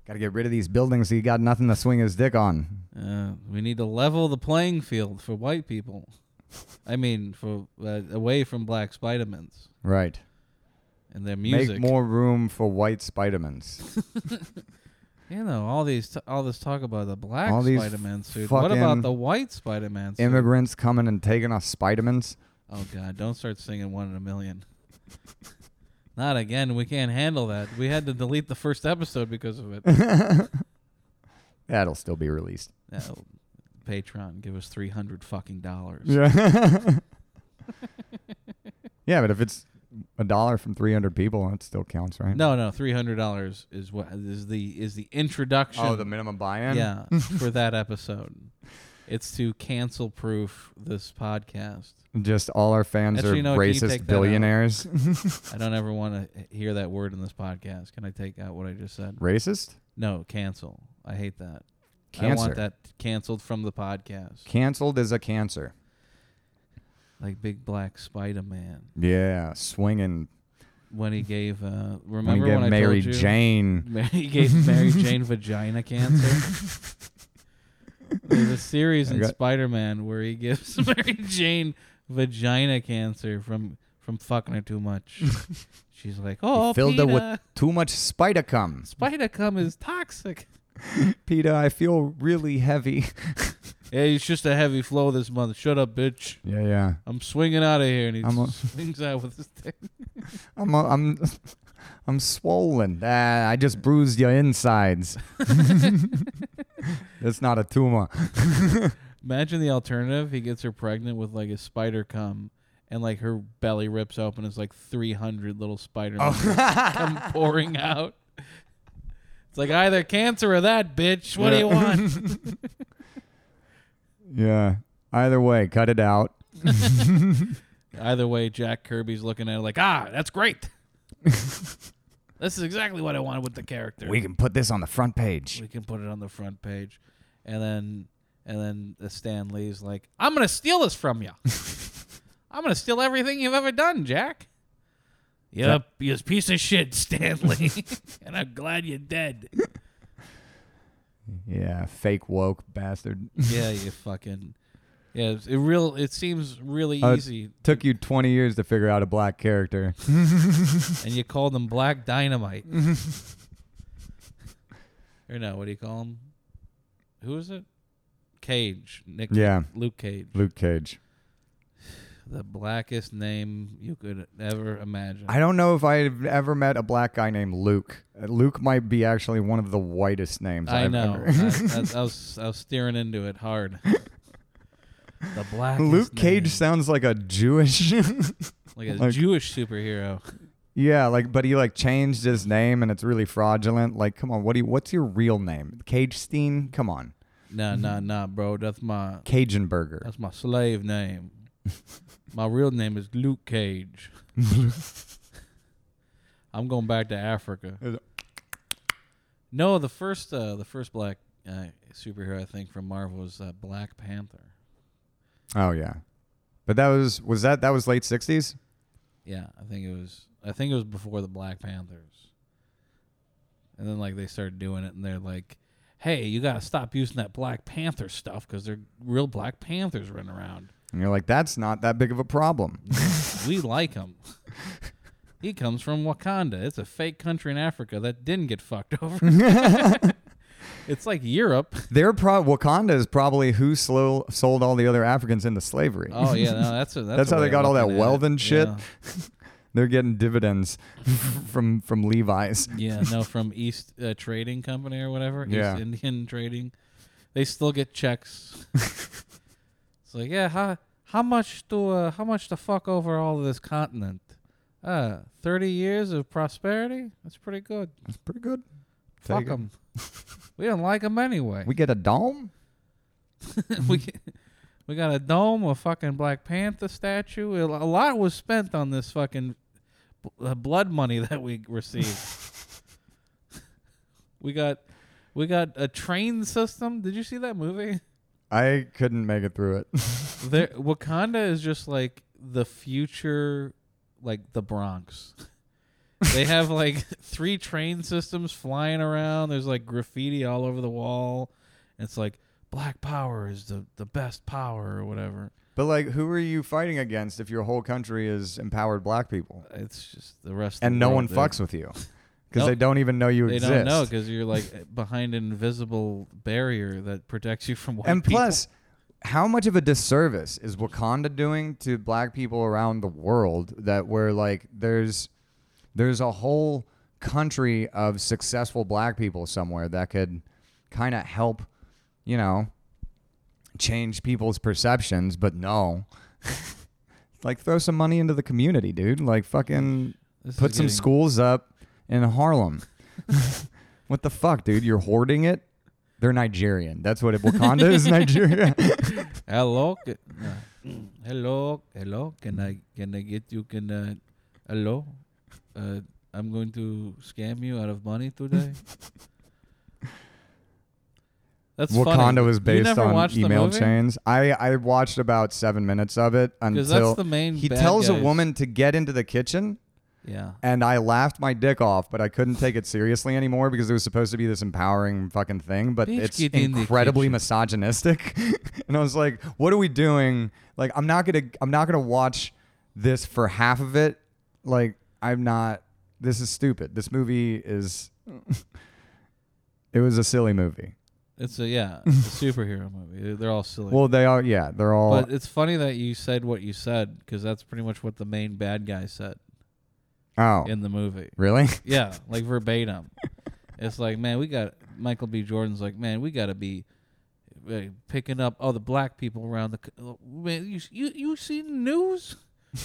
B: gotta get rid of these buildings. He got nothing to swing his dick on.
A: Uh, we need to level the playing field for white people. I mean, for uh, away from black Spidermans
B: Right.
A: and their music.
B: Make more room for white Spidermans.
A: you know, all these t- all this talk about the black
B: All these
A: Spider-Man suit. What about
B: fucking
A: the white Spider-Man suit?
B: Immigrants coming and taking us Spidermans.
A: oh God! Don't start singing "One in a Million. *laughs* Not again. We can't handle that. We had to delete the first episode because of
B: *laughs*
A: it.
B: That'll still be released.
A: Uh, Patreon, give us three hundred fucking dollars.
B: Yeah. *laughs* yeah, but if it's a dollar from 300 people, it still counts, right?
A: No, no, three hundred dollars is what is the is the introduction.
B: Oh, the minimum buy-in.
A: Yeah,
B: *laughs*
A: for that episode. It's to cancel proof this podcast.
B: Just all our fans
A: Actually,
B: are
A: no, can you take
B: racist
A: that *laughs*
B: billionaires.
A: I don't ever want to hear that word in this podcast. Can I take out what I just said?
B: racist?
A: No, cancel. I hate that. I
B: Cancer.
A: want that canceled from the podcast.
B: Canceled is a cancer.
A: Like Big Black Spider Man.
B: Yeah, swinging.
A: When he gave uh
B: When you
A: remember
B: get
A: when I
B: Mary
A: told you *laughs*
B: Jane.
A: Mary he gave
B: *laughs*
A: Mary Jane vagina cancer. There's a series
B: I
A: in
B: got-
A: Spider Man where he gives *laughs* Mary Jane vagina cancer from from fucking her too much.
B: *laughs*
A: She's like, Oh
B: He filled
A: Peter,
B: her with- Too much spider cum.
A: spider cum is toxic.
B: Peter, I feel really heavy.
A: Yeah, it's just a heavy flow this month. Shut up, bitch.
B: Yeah, yeah.
A: I'm swinging out of here, and he
B: I'm
A: *laughs*
B: a-
A: swings out with his dick.
B: I'm i I'm *laughs* I'm swollen. Ah, I just bruised your insides. *laughs* That's not a tumor.
A: Imagine the alternative. He gets her pregnant with like a spider cum, and like her belly rips open. It's like 300 little spider
B: Oh. *laughs*
A: come pouring out. It's like either cancer or that bitch. What do you
B: Yeah. *laughs*
A: want?
B: Yeah. Either way, cut it out.
A: either way, Jack Kirby's looking at it like, ah, that's
B: *laughs*
A: great. this is exactly what I wanted with the character.
B: We can put this on the front page.
A: we can put it on the front page, and then and then uh, Stan Lee's like, I'm gonna steal this from *laughs* you. I'm gonna steal everything you've ever done, Jack. Yep, you piece of shit, *laughs* Stanley. and I'm glad you're dead.
B: Yeah, fake woke bastard.
A: yeah, you fucking. Yeah, it's- it real. It seems really
B: Uh,
A: easy,
B: Took you 20 years to figure out a black character.
A: and you call them Black
B: *laughs*
A: Dynamite. or no, what do you call him? Who is it? Cage, Nick.
B: Yeah.
A: Luke Cage,
B: Luke Cage.
A: the blackest name you could ever imagine.
B: I don't know if I've ever met a black guy named Luke. Uh, Luke might be actually one of the whitest names
A: I
B: have
A: know.
B: Ever. *laughs*
A: I, I- I was I was steering into it hard. The black
B: Luke Cage sounds like a Jewish *laughs*
A: like a
B: like-
A: Jewish superhero.
B: Yeah, like, but he like changed his name, and it's really fraudulent. Like, come on, what do you? What's your real name? Cage Steen? Come on, *laughs*
A: Nah, nah, nah, bro. That's my
B: Cajun Burger.
A: that's my slave name. my real name is Luke
B: *laughs*
A: Cage. I'm going back to Africa.
B: Is it-
A: No, the first uh, the first black uh, superhero I think from Marvel was uh, Black Panther.
B: Oh yeah, but that was was that that was late sixties.
A: Yeah, I think it was. I think it was before the Black Panthers. And then like they started doing it, and they're like, "Hey, you got to stop using that Black Panther stuff because they're real Black Panthers running around.
B: And you're like, that's not that big of a problem. *laughs*
A: we like him. He comes from Wakanda. It's a fake country in Africa that didn't get fucked *laughs*
B: *laughs*
A: over. it's like Europe.
B: Their pro- Wakanda is probably who slow- sold all the other Africans into slavery.
A: Oh yeah, no, that's a, that's,
B: That's
A: a
B: how they
A: way of
B: got all that
A: looking at it.
B: wealth and shit.
A: Yeah.
B: *laughs* They're getting dividends *laughs* from from Levi's.
A: Yeah, no, from East uh, Trading Company or whatever.
B: Yeah.
A: East Indian Trading. They still get
B: *laughs*
A: checks. it's like, yeah, how how much to uh, how much to fuck over all of this continent? Uh, thirty years of prosperity. That's pretty good.
B: That's pretty good.
A: Fuck 'em.
B: Take it.
A: we didn't like 'em anyway.
B: We get a dome.
A: *laughs* we we got a dome, a fucking Black Panther statue. A a lot was spent on this fucking bl- uh, blood money that we received. we got we got a train system. Did you see that
B: *laughs*
A: movie?
B: I couldn't make it through it.
A: There, Wakanda is just like the future, like the Bronx. they
B: *laughs*
A: have like three train systems flying around. There's like graffiti all over the wall. It's like Black Power is the the best power or whatever.
B: But like, who are you fighting against if your whole country is empowered black people
A: It's just the rest.
B: and
A: of the
B: no
A: world,
B: one
A: dude.
B: fucks
A: *laughs*
B: with you because
A: Nope.
B: they don't even know you
A: They
B: exist?
A: don't know because you're like behind an invisible barrier that protects you from white
B: and
A: people.
B: plus, how much of a disservice is Wakanda doing to black people around the world that we're like, there's, there's a whole country of successful black people somewhere that could kind of help, you know, change people's perceptions, but no. *laughs* like throw some money into the community, dude. Like fucking
A: This is
B: put some
A: getting-
B: schools up in Harlem. *laughs* what the fuck, dude? You're hoarding it? They're Nigerian. That's what it Wakanda
A: *laughs*
B: is Nigeria.
A: Hello, ca- no. hello, hello. Can I can I get you? Can uh, hello? Uh, I'm going to scam you out of money today. That's funny.
B: *laughs* Wakanda was
A: You
B: based
A: never
B: on
A: watched the
B: email
A: movie?
B: chains. I, I watched about seven minutes of it
A: 'Cause
B: until
A: that's the main.
B: he
A: bad
B: tells a
A: guys.
B: woman to get into the kitchen
A: Yeah.
B: and I laughed my dick off, but I couldn't take it seriously anymore because it was supposed to be this empowering fucking thing, but
A: Bitch,
B: it's
A: get in the
B: incredibly
A: kitchen.
B: misogynistic. *laughs* and I was like, what are we doing? Like I'm not going to I'm not going to watch this for half of it. Like I'm not this is stupid. This movie is *laughs* It was a silly movie.
A: It's a
B: *laughs*
A: yeah, it's a superhero movie. They're- They're all silly.
B: Well, they are yeah, they're all
A: but it's funny that you said what you said because that's pretty much what the main bad guy said
B: Oh.
A: in the movie.
B: Really? *laughs*
A: Yeah, like verbatim. *laughs* it's like, man, we got Michael B. Jordan's like, man, we got to be uh, picking up all the black people around the. c- oh, Man, you you you see the news?
B: Yeah,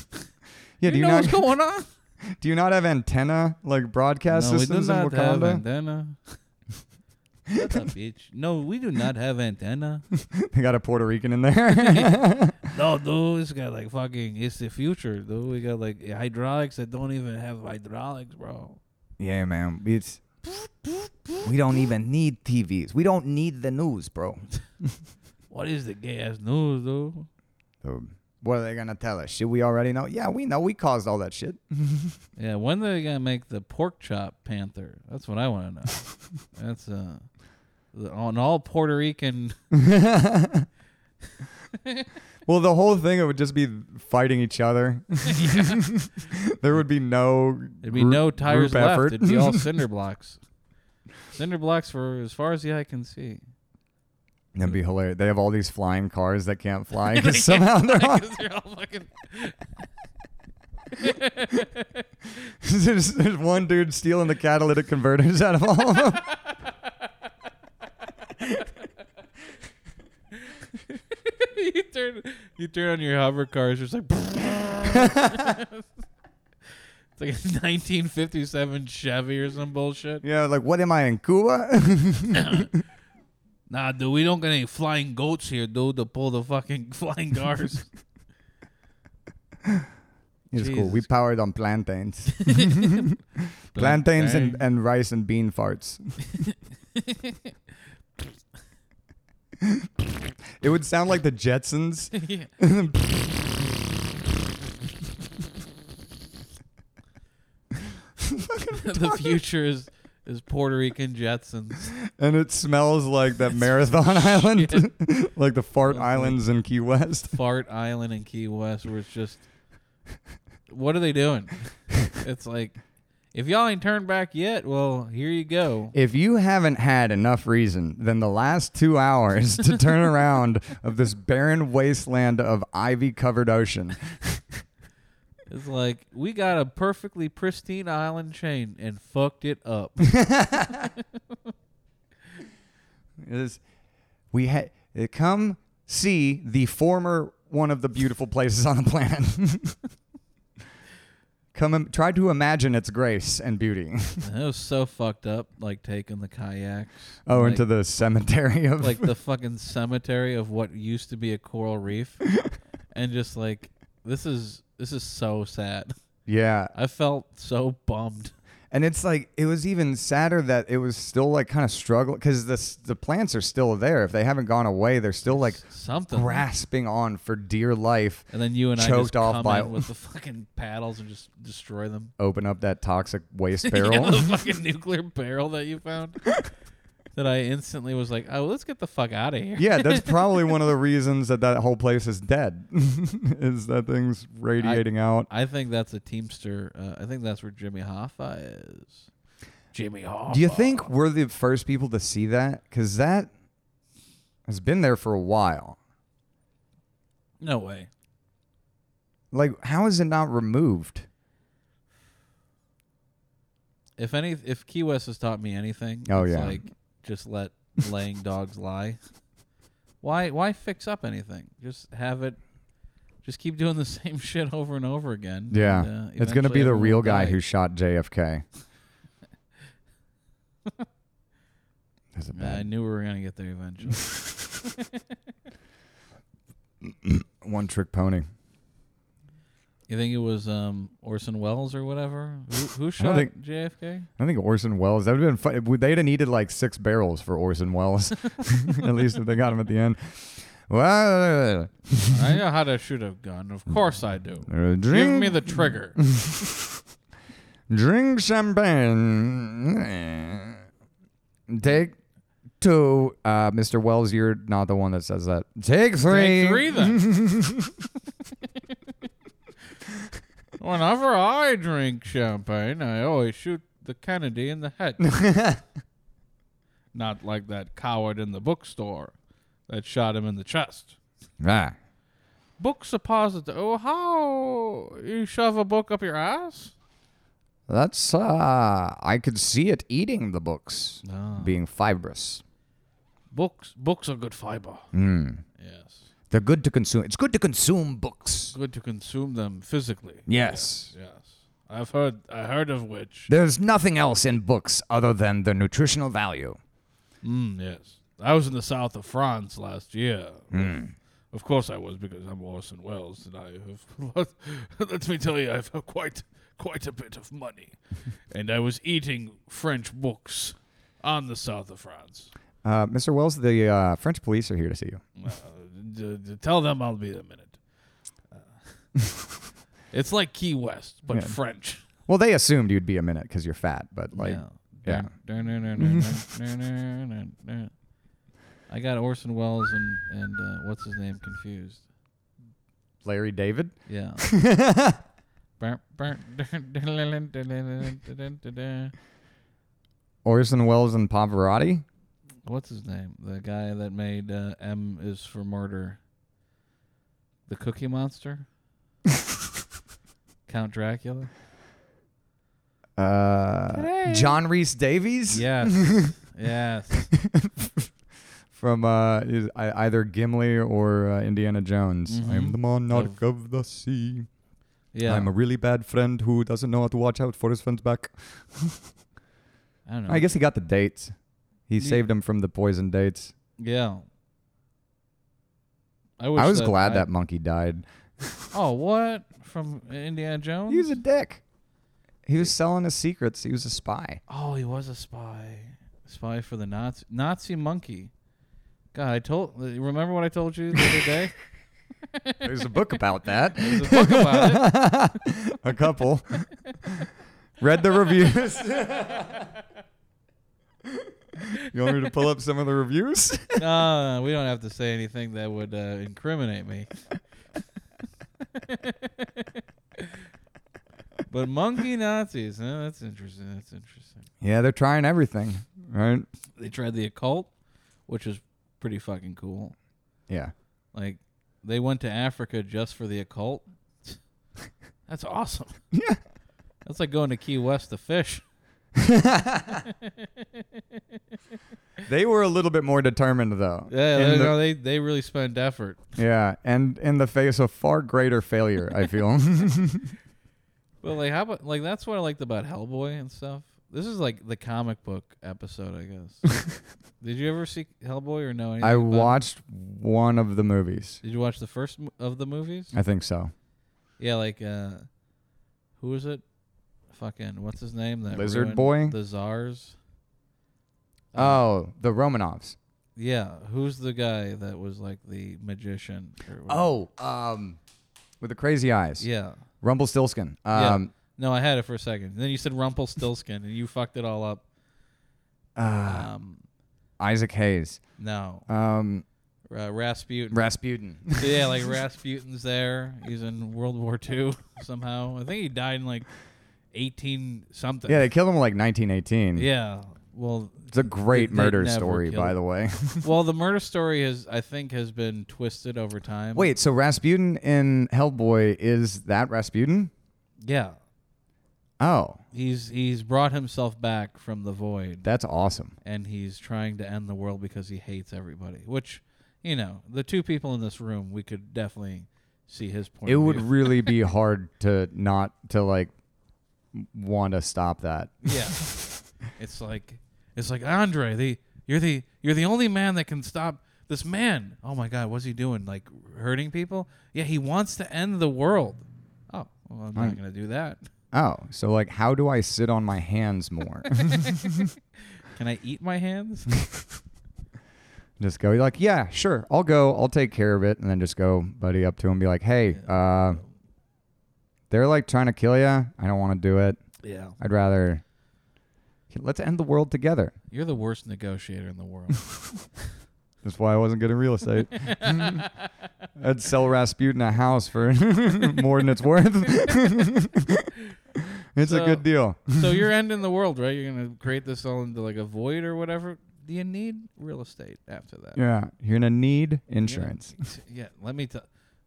A: you,
B: do you
A: know
B: not
A: what's going
B: *laughs*
A: on?
B: do you not have antenna like broadcast
A: no, we do
B: systems
A: not
B: in
A: have
B: Wakanda?
A: antenna. Shut up, bitch. No, we do not have
B: *laughs*
A: antenna.
B: *laughs* They got a Puerto Rican
A: *laughs*
B: in there. *laughs*
A: No, dude, it's got like fucking. It's the future, dude. We got like hydraulics that don't even have hydraulics, bro.
B: Yeah, man. It's we don't even need TVs. We don't need the news, bro.
A: What is the gay ass news, dude?
B: What are they gonna tell us? Shit, we already know. Yeah, we know. We caused all that shit.
A: Yeah, when are they gonna make the pork chop panther? That's what I want to
B: *laughs*
A: know. That's uh, the- on all Puerto Rican.
B: *laughs*
A: *laughs*
B: Well, the whole thing it would just be fighting each other. *laughs* there would be no.
A: There'd be
B: group-
A: no tires
B: group
A: left.
B: effort.
A: It'd be
B: *laughs*
A: all cinder blocks. Cinder blocks for as far as the eye can
B: *laughs*
A: see.
B: That'd be hilarious. They have all these flying cars that can't fly *laughs* 'cause somehow they're on.
A: 'Cause they're all fucking- *laughs*
B: there's, there's one dude stealing the catalytic converters out of all of them.
A: you
B: *laughs*
A: turn, you turn on your hover cars. It's like *laughs* It's like a 1957 Chevy or some bullshit.
B: *laughs* Yeah, like what am I in Cuba? *laughs*
A: Nah, dude, we don't get any flying goats here, dude, to pull the fucking *laughs* flying cars.
B: it's cool. We
A: Jesus.
B: powered on plantains, *laughs* plantains, and, and rice and bean farts. it would sound like the Jetsons. *laughs*
A: *laughs* Yeah. *laughs* the future is is Puerto Rican Jetsons.
B: And it smells like that Marathon Island, *laughs* like the fart islands in Key West.
A: Fart Island and Key West where it's just what are they
B: *laughs*
A: doing? It's like if y'all ain't turned back yet, well, here you go.
B: If you haven't had enough reason than the last two hours to turn around of this barren wasteland of ivy covered ocean,
A: It's like we got a perfectly pristine island chain and fucked it up.
B: it is, we had come see the former one of the beautiful places on the planet. *laughs* come im- try to imagine its grace and beauty.
A: That was so fucked up, like taking the kayaks.
B: Oh,
A: like,
B: into the cemetery
A: *laughs*
B: of
A: like the fucking cemetery of what used to be a coral
B: *laughs*
A: reef, and just like this is this is so sad.
B: yeah.
A: I felt so bummed.
B: And it's like it was even sadder that it was still like kind of struggle because the the plants are still there. If they haven't gone away, they're still like
A: Something.
B: grasping on for dear life.
A: And then you and I just
B: choked off
A: come
B: by-
A: in with the fucking paddles and just destroy them. *laughs*
B: Open up that toxic waste
A: Yeah, the
B: barrel.
A: fucking nuclear barrel that you
B: *laughs*
A: found. that I instantly was like, oh, let's get the fuck out of here.
B: yeah,
A: *laughs*
B: that's probably one of the reasons that that whole place is dead. *laughs* is that thing's radiating out?
A: I think that's a Teamster. Uh, I think that's where Jimmy Hoffa is. Jimmy Hoffa.
B: Do you think
A: Uh-huh.
B: we're the first people to see that? Because that has been there for a while.
A: No way.
B: Like, how is it not removed?
A: If any, if Key West has taught me anything,
B: Oh,
A: it's
B: yeah.
A: like just let laying dogs lie. Why, why fix up anything? Just have it. Just keep doing the *laughs* same shit over and over again.
B: Yeah,
A: and, uh,
B: it's gonna
A: eventually
B: be the
A: everyone
B: real
A: will
B: guy
A: die.
B: who
A: *laughs*
B: shot JFK. That's a
A: I
B: bad
A: knew we were gonna get there
B: *laughs*
A: eventually.
B: one trick pony.
A: you think it was um, Orson Welles or whatever? Who, who shot
B: think- *laughs*
A: JFK?
B: I think Orson Welles. That would have been fun. Would- They'd have needed like six barrels for
A: *laughs*
B: Orson Welles, *laughs* at least if they got him at the end. Well,
A: I know how to shoot a gun. Of course I do.
B: uh, drink,
A: Give me the trigger.
B: drink champagne. Take two, uh, Mr. Wells. You're not the one that says that. Take three.
A: Take three then. *laughs* Whenever I drink champagne, I always shoot the Kennedy in the *laughs* head. Not like that coward in the bookstore that shot him in the chest.
B: Ah.
A: Book suppository. Oh, how you shove a book up your ass?
B: That's uh I could see it eating the books, being fibrous. Hmm.
A: Books, books are good fiber. Yes,
B: They're good to consume. It's good to consume books.
A: good to consume them physically.
B: Yes.
A: Yes, I've heard. I heard of which.
B: There's nothing else in books other than their nutritional value.
A: Mm, yes. I was in the south of France last year. Of course I was because I'm Orson Welles and I have *laughs* let me tell you I have *laughs* quite quite a bit of money. and I was eating French books on the south of France.
B: Uh, Mr. Wells, the uh, French police are here to see you.
A: Uh, d- d- tell them I'll be in a minute. Uh, it's like Key West but
B: Yeah.
A: French.
B: Well, they assumed you'd be a minute because you're fat, but like, yeah.
A: yeah. *laughs* I got Orson Welles and and uh, what's his name confused.
B: Larry David.
A: Yeah.
B: *laughs* Orson Welles and
C: *laughs*
B: Pavarotti.
A: What's his name? The guy that made uh, M is for Murder. The Cookie Monster. Count
B: *laughs*
A: Dracula.
B: Uh, John Reese Davies
A: Yes. yes.
B: *laughs* from uh, is- I- either Gimli or uh, Indiana Jones. I am
A: Mhm.
B: the monarch of the sea.
C: Mm-hmm. Oh. Yeah.
B: I'm a really bad friend who doesn't know how to watch out for his friend's
C: *laughs*
B: back.
C: I don't know.
B: I guess he got the dates. He
C: Yeah.
B: saved him from the poison dates.
C: Yeah. wish
B: I was
C: that
B: glad
C: I-
B: that monkey died.
C: Oh, what from Indiana Jones?
B: *laughs* He was a dick. He was selling his secrets. He was a spy.
C: oh, he was a spy, spy for the Nazi Nazi monkey. God, I told. Remember what I told you the other day?
B: There's a book about that.
C: *laughs* There's a book about it.
B: *laughs* a couple. Read the reviews. you want me to pull up some of the reviews?
C: *laughs* No, no, we don't have to say anything that would uh, incriminate me. *laughs* but monkey Nazis. huh, that's interesting. That's interesting.
B: yeah, they're trying everything, right?
C: They tried the occult, which was pretty fucking cool.
B: Yeah.
C: Like they went to Africa just for the occult. *laughs* That's awesome.
B: *laughs* Yeah.
C: That's like going to Key West
B: *laughs*
C: to fish.
B: They were a little bit more determined, though.
C: Yeah,
B: in
C: they,
B: the-
C: no, they they really spend effort.
B: yeah, and in the face of far greater failure, I feel.
C: *laughs* But like how about like that's what I liked about Hellboy and stuff. This is like the comic book episode, I guess.
B: *laughs*
C: Did you ever see Hellboy or no?
B: I watched one of the movies.
C: Did you watch the first m- of the movies?
B: I think so.
C: Yeah, like uh who is it? Fucking what's his name? That
B: Lizard
C: ruined
B: Boy?
C: The czars. Uh,
B: Oh, the Romanovs.
C: Yeah, who's the guy that was like the magician? or whatever?
B: Oh, um, with the crazy eyes.
C: yeah.
B: Rumpelstiltskin.
C: Yeah.
B: Um,
C: No, I had it for a second. then you said Rumpelstiltskin, and you fucked it all up.
B: uh,
C: Um,
B: Isaac Hayes.
C: no,
B: Um,
C: uh, Rasputin.
B: Rasputin.
C: *laughs* yeah, like Rasputin's there. He's in World War II somehow. I think he died in like eighteen something.
B: *laughs* yeah, they killed him in like 1918.
C: Yeah. Well,
B: It's a great
C: They- they
B: murder
C: never
B: story,
C: killed
B: by
C: him.
B: the way. *laughs*
C: well, the murder story has, I think, has been twisted over time.
B: Wait, so Rasputin in Hellboy is that Rasputin?
C: Yeah.
B: Oh,
C: He's he's brought himself back from the void.
B: that's awesome.
C: and he's trying to end the world because he hates everybody. Which, you know, the two people in this room, we could definitely see his point.
B: It
C: of
B: would
C: view.
B: really
C: *laughs*
B: be hard to not to like want to stop that.
C: yeah. It's like it's like Andre, the you're the you're the only man that can stop this man. Oh my God, what's he doing? Like hurting people? Yeah, he wants to end the world. Oh, well, I'm not
B: I'm-
C: gonna do that.
B: *laughs* Oh, so like how do I sit on my hands more? *laughs*
C: Can I eat my hands?
B: just go like, "Yeah, sure. I'll go. I'll take care of it." And then just go buddy up to him and be like, "Hey, uh they're like trying to kill you. I don't want to do it.
C: yeah.
B: I'd rather let's end the world together."
C: You're the worst negotiator in the world. *laughs*
B: That's why I wasn't good at real estate. I'd sell Rasputin a house for *laughs* more than it's worth. *laughs* it's a
C: So-
B: good deal.
C: so you're ending the world, right? You're gonna create this all into like a void or whatever. Do you need real estate after that?
B: Yeah, you're gonna need
C: You know?
B: insurance.
C: Yeah. Let me tell.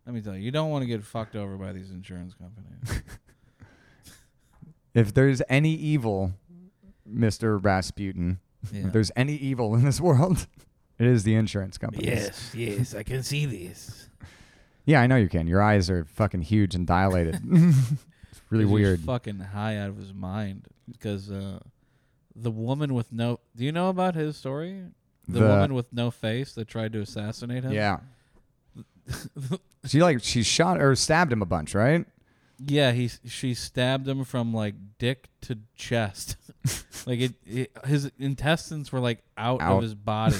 C: Let me tell you. You don't want to get fucked over by these
B: *laughs*
C: insurance companies.
B: If there's any evil, Mister Rasputin,
C: Yeah.
B: if there's any evil in this world, *laughs* it is the insurance companies.
C: Yes. I can see this.
B: Yeah, I know you can. Your eyes are fucking huge and dilated. *laughs* it's really weird.
C: Fucking high out of his mind because uh, the woman with no. Do you know about his story? The,
B: The-
C: woman with no face that tried to assassinate him. *laughs*
B: yeah. she like she shot or stabbed him a bunch, right?
C: Yeah, he s- she stabbed him from like dick to
B: *laughs*
C: chest, like it, it. His intestines were like out, of
B: Out. *laughs*
C: his body.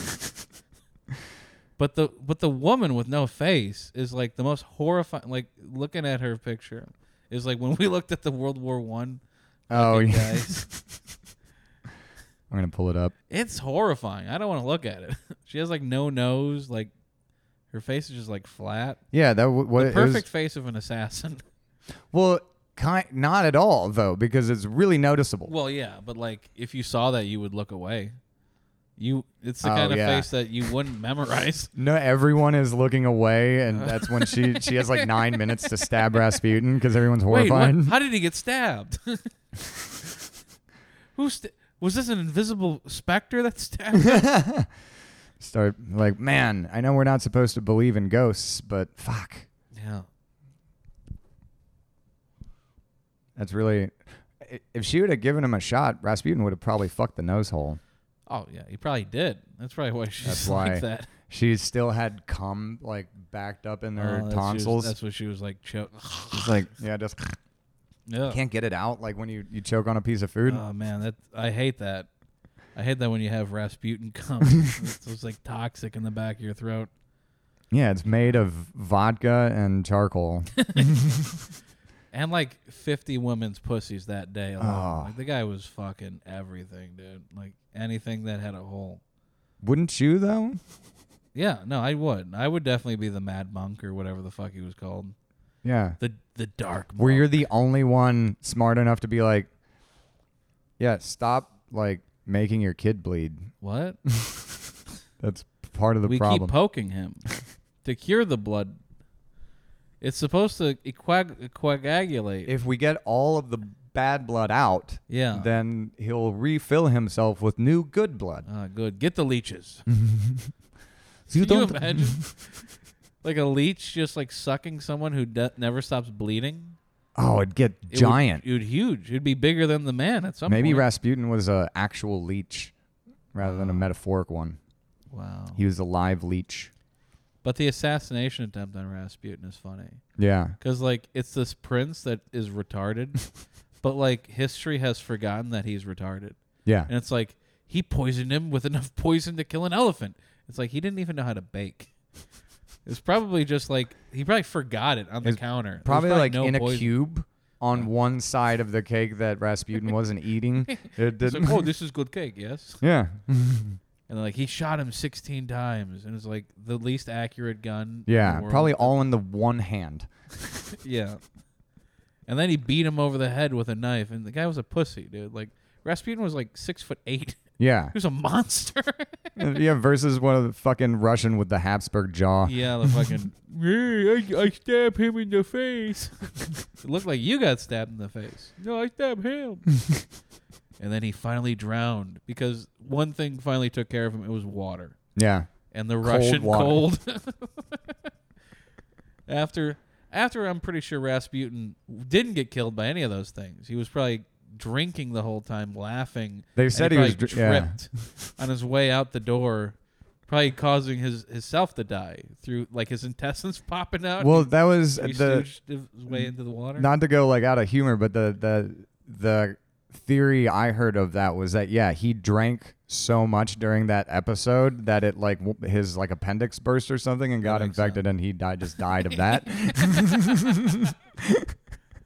C: but the but the woman with no face is like the most horrifying. Like looking at her picture is like when we looked at the World War One.
B: Oh
C: fucking
B: *laughs* yeah.
C: guys,
B: *laughs* I'm gonna pull it up.
C: it's horrifying. I don't want to look at it. *laughs* she has like no nose. Like her face is just like flat.
B: Yeah, that w- what
C: the
B: it was-
C: perfect face of an assassin.
B: well, kind not at all though, because it's really noticeable.
C: Well, yeah, but like if you saw that, you would look away. You, it's the
B: Oh,
C: kind of
B: yeah.
C: face that you
B: *laughs*
C: wouldn't memorize.
B: no, everyone is looking away, and that's when she *laughs* she has like nine minutes to stab Rasputin because everyone's
C: Wait, what?
B: horrified.
C: how did he get stabbed? Who st- was this? An invisible specter that stabbed?
B: *laughs*
C: him?
B: *laughs* Start like, man, I know we're not supposed to believe in ghosts, but fuck,
C: yeah.
B: That's really. i- If she would have given him a shot, Rasputin would have probably fucked the nose hole.
C: Oh yeah, he probably did. That's probably why she's
B: That's
C: like
B: why
C: that.
B: She still had cum like backed up in
C: Oh,
B: her
C: that's- she was-
B: tonsils. *sighs*
C: that's what she was like. uh, Choke.
B: It's like yeah, just
C: *sighs* Yeah.
B: can't get it out. Like when you, you choke on a piece of food.
C: Oh man, that I hate that. I hate that when you have Rasputin
B: *laughs*
C: come. it's, it's like toxic in the back of your throat.
B: yeah, it's made of vodka and charcoal.
C: *laughs* And like fifty women's pussies that day. Alone.
B: Oh.
C: Like the guy was fucking everything, dude. Like anything that had a hole.
B: Wouldn't you though?
C: Yeah, no, I would. I would definitely be the mad monk or whatever the fuck he was called.
B: Yeah.
C: The the dark monk.
B: Where you're the only one smart enough to be like, yeah, stop like making your kid bleed. *laughs*
C: what?
B: That's part of the
C: we
B: problem.
C: keep
B: *laughs*
C: poking him to cure the blood. It's supposed to equag- coagulate.
B: if we get all of the bad blood out,
C: yeah.
B: then he'll refill himself with new good blood.
C: Ah, good. Get
B: *laughs*
C: the leeches.
B: You
C: Can you
B: don't- *laughs*
C: imagine? like a leech just like sucking someone who de- never stops bleeding.
B: Oh, it'd get
C: It would-
B: giant.
C: It would huge. It'd be bigger than the man at some
B: Maybe
C: point.
B: Rasputin was a actual leech rather than a metaphoric one.
C: wow.
B: He was a live leech.
C: But the assassination attempt on Rasputin is funny.
B: Yeah.
C: Because, like, it's this prince that
B: *laughs*
C: is retarded, but, like, history has forgotten that he's retarded.
B: Yeah.
C: And it's like, he poisoned him with enough poison to kill an elephant. It's like, he didn't even know how to bake. It's probably just like, he probably forgot it on the
B: It's
C: counter. There's
B: Probably, like
C: no
B: in a
C: poison.
B: cube on one side of the cake that Rasputin
C: *laughs*
B: wasn't eating. It
C: It's
B: didn't.
C: like, oh, this is good cake, yes?
B: *laughs* yeah.
C: And, like, he shot him 16 times. And it's like the least accurate gun. in the
B: Yeah.
C: world.
B: Probably all in the one hand.
C: Yeah. And then he beat him over the head with a knife, and the guy was a pussy, dude. Like Rasputin was like six foot eight. *laughs*
B: Yeah.
C: He was a monster.
B: yeah. Versus one of the fucking Russian with the Habsburg jaw.
C: *laughs* yeah, the fucking *laughs* "Yeah, I, I stabbed him in the face. *laughs* it looked like you got stabbed in the face. No, I stabbed *laughs* him. and then he finally drowned because one thing finally took care of him. It was water.
B: Yeah.
C: and the
B: Cold
C: Russian
B: water.
C: cold.
B: *laughs*
C: *laughs* after after I'm pretty sure Rasputin didn't get killed by any of those things. He was probably drinking the whole time, laughing.
B: They
C: and
B: said he,
C: probably
B: was. Dr- yeah.
C: tripped
B: *laughs*
C: on his way out the door, probably causing his himself to die through like his intestines *laughs* popping out.
B: Well, that was
C: he
B: the
C: stooged
B: *laughs*
C: his way into the water.
B: not to go like out of humor, but the the the theory I heard of that was that yeah, he drank so much during that episode that it like w- his like appendix burst or something and got
C: makes
B: infected and he died just died of
C: *laughs*
B: that.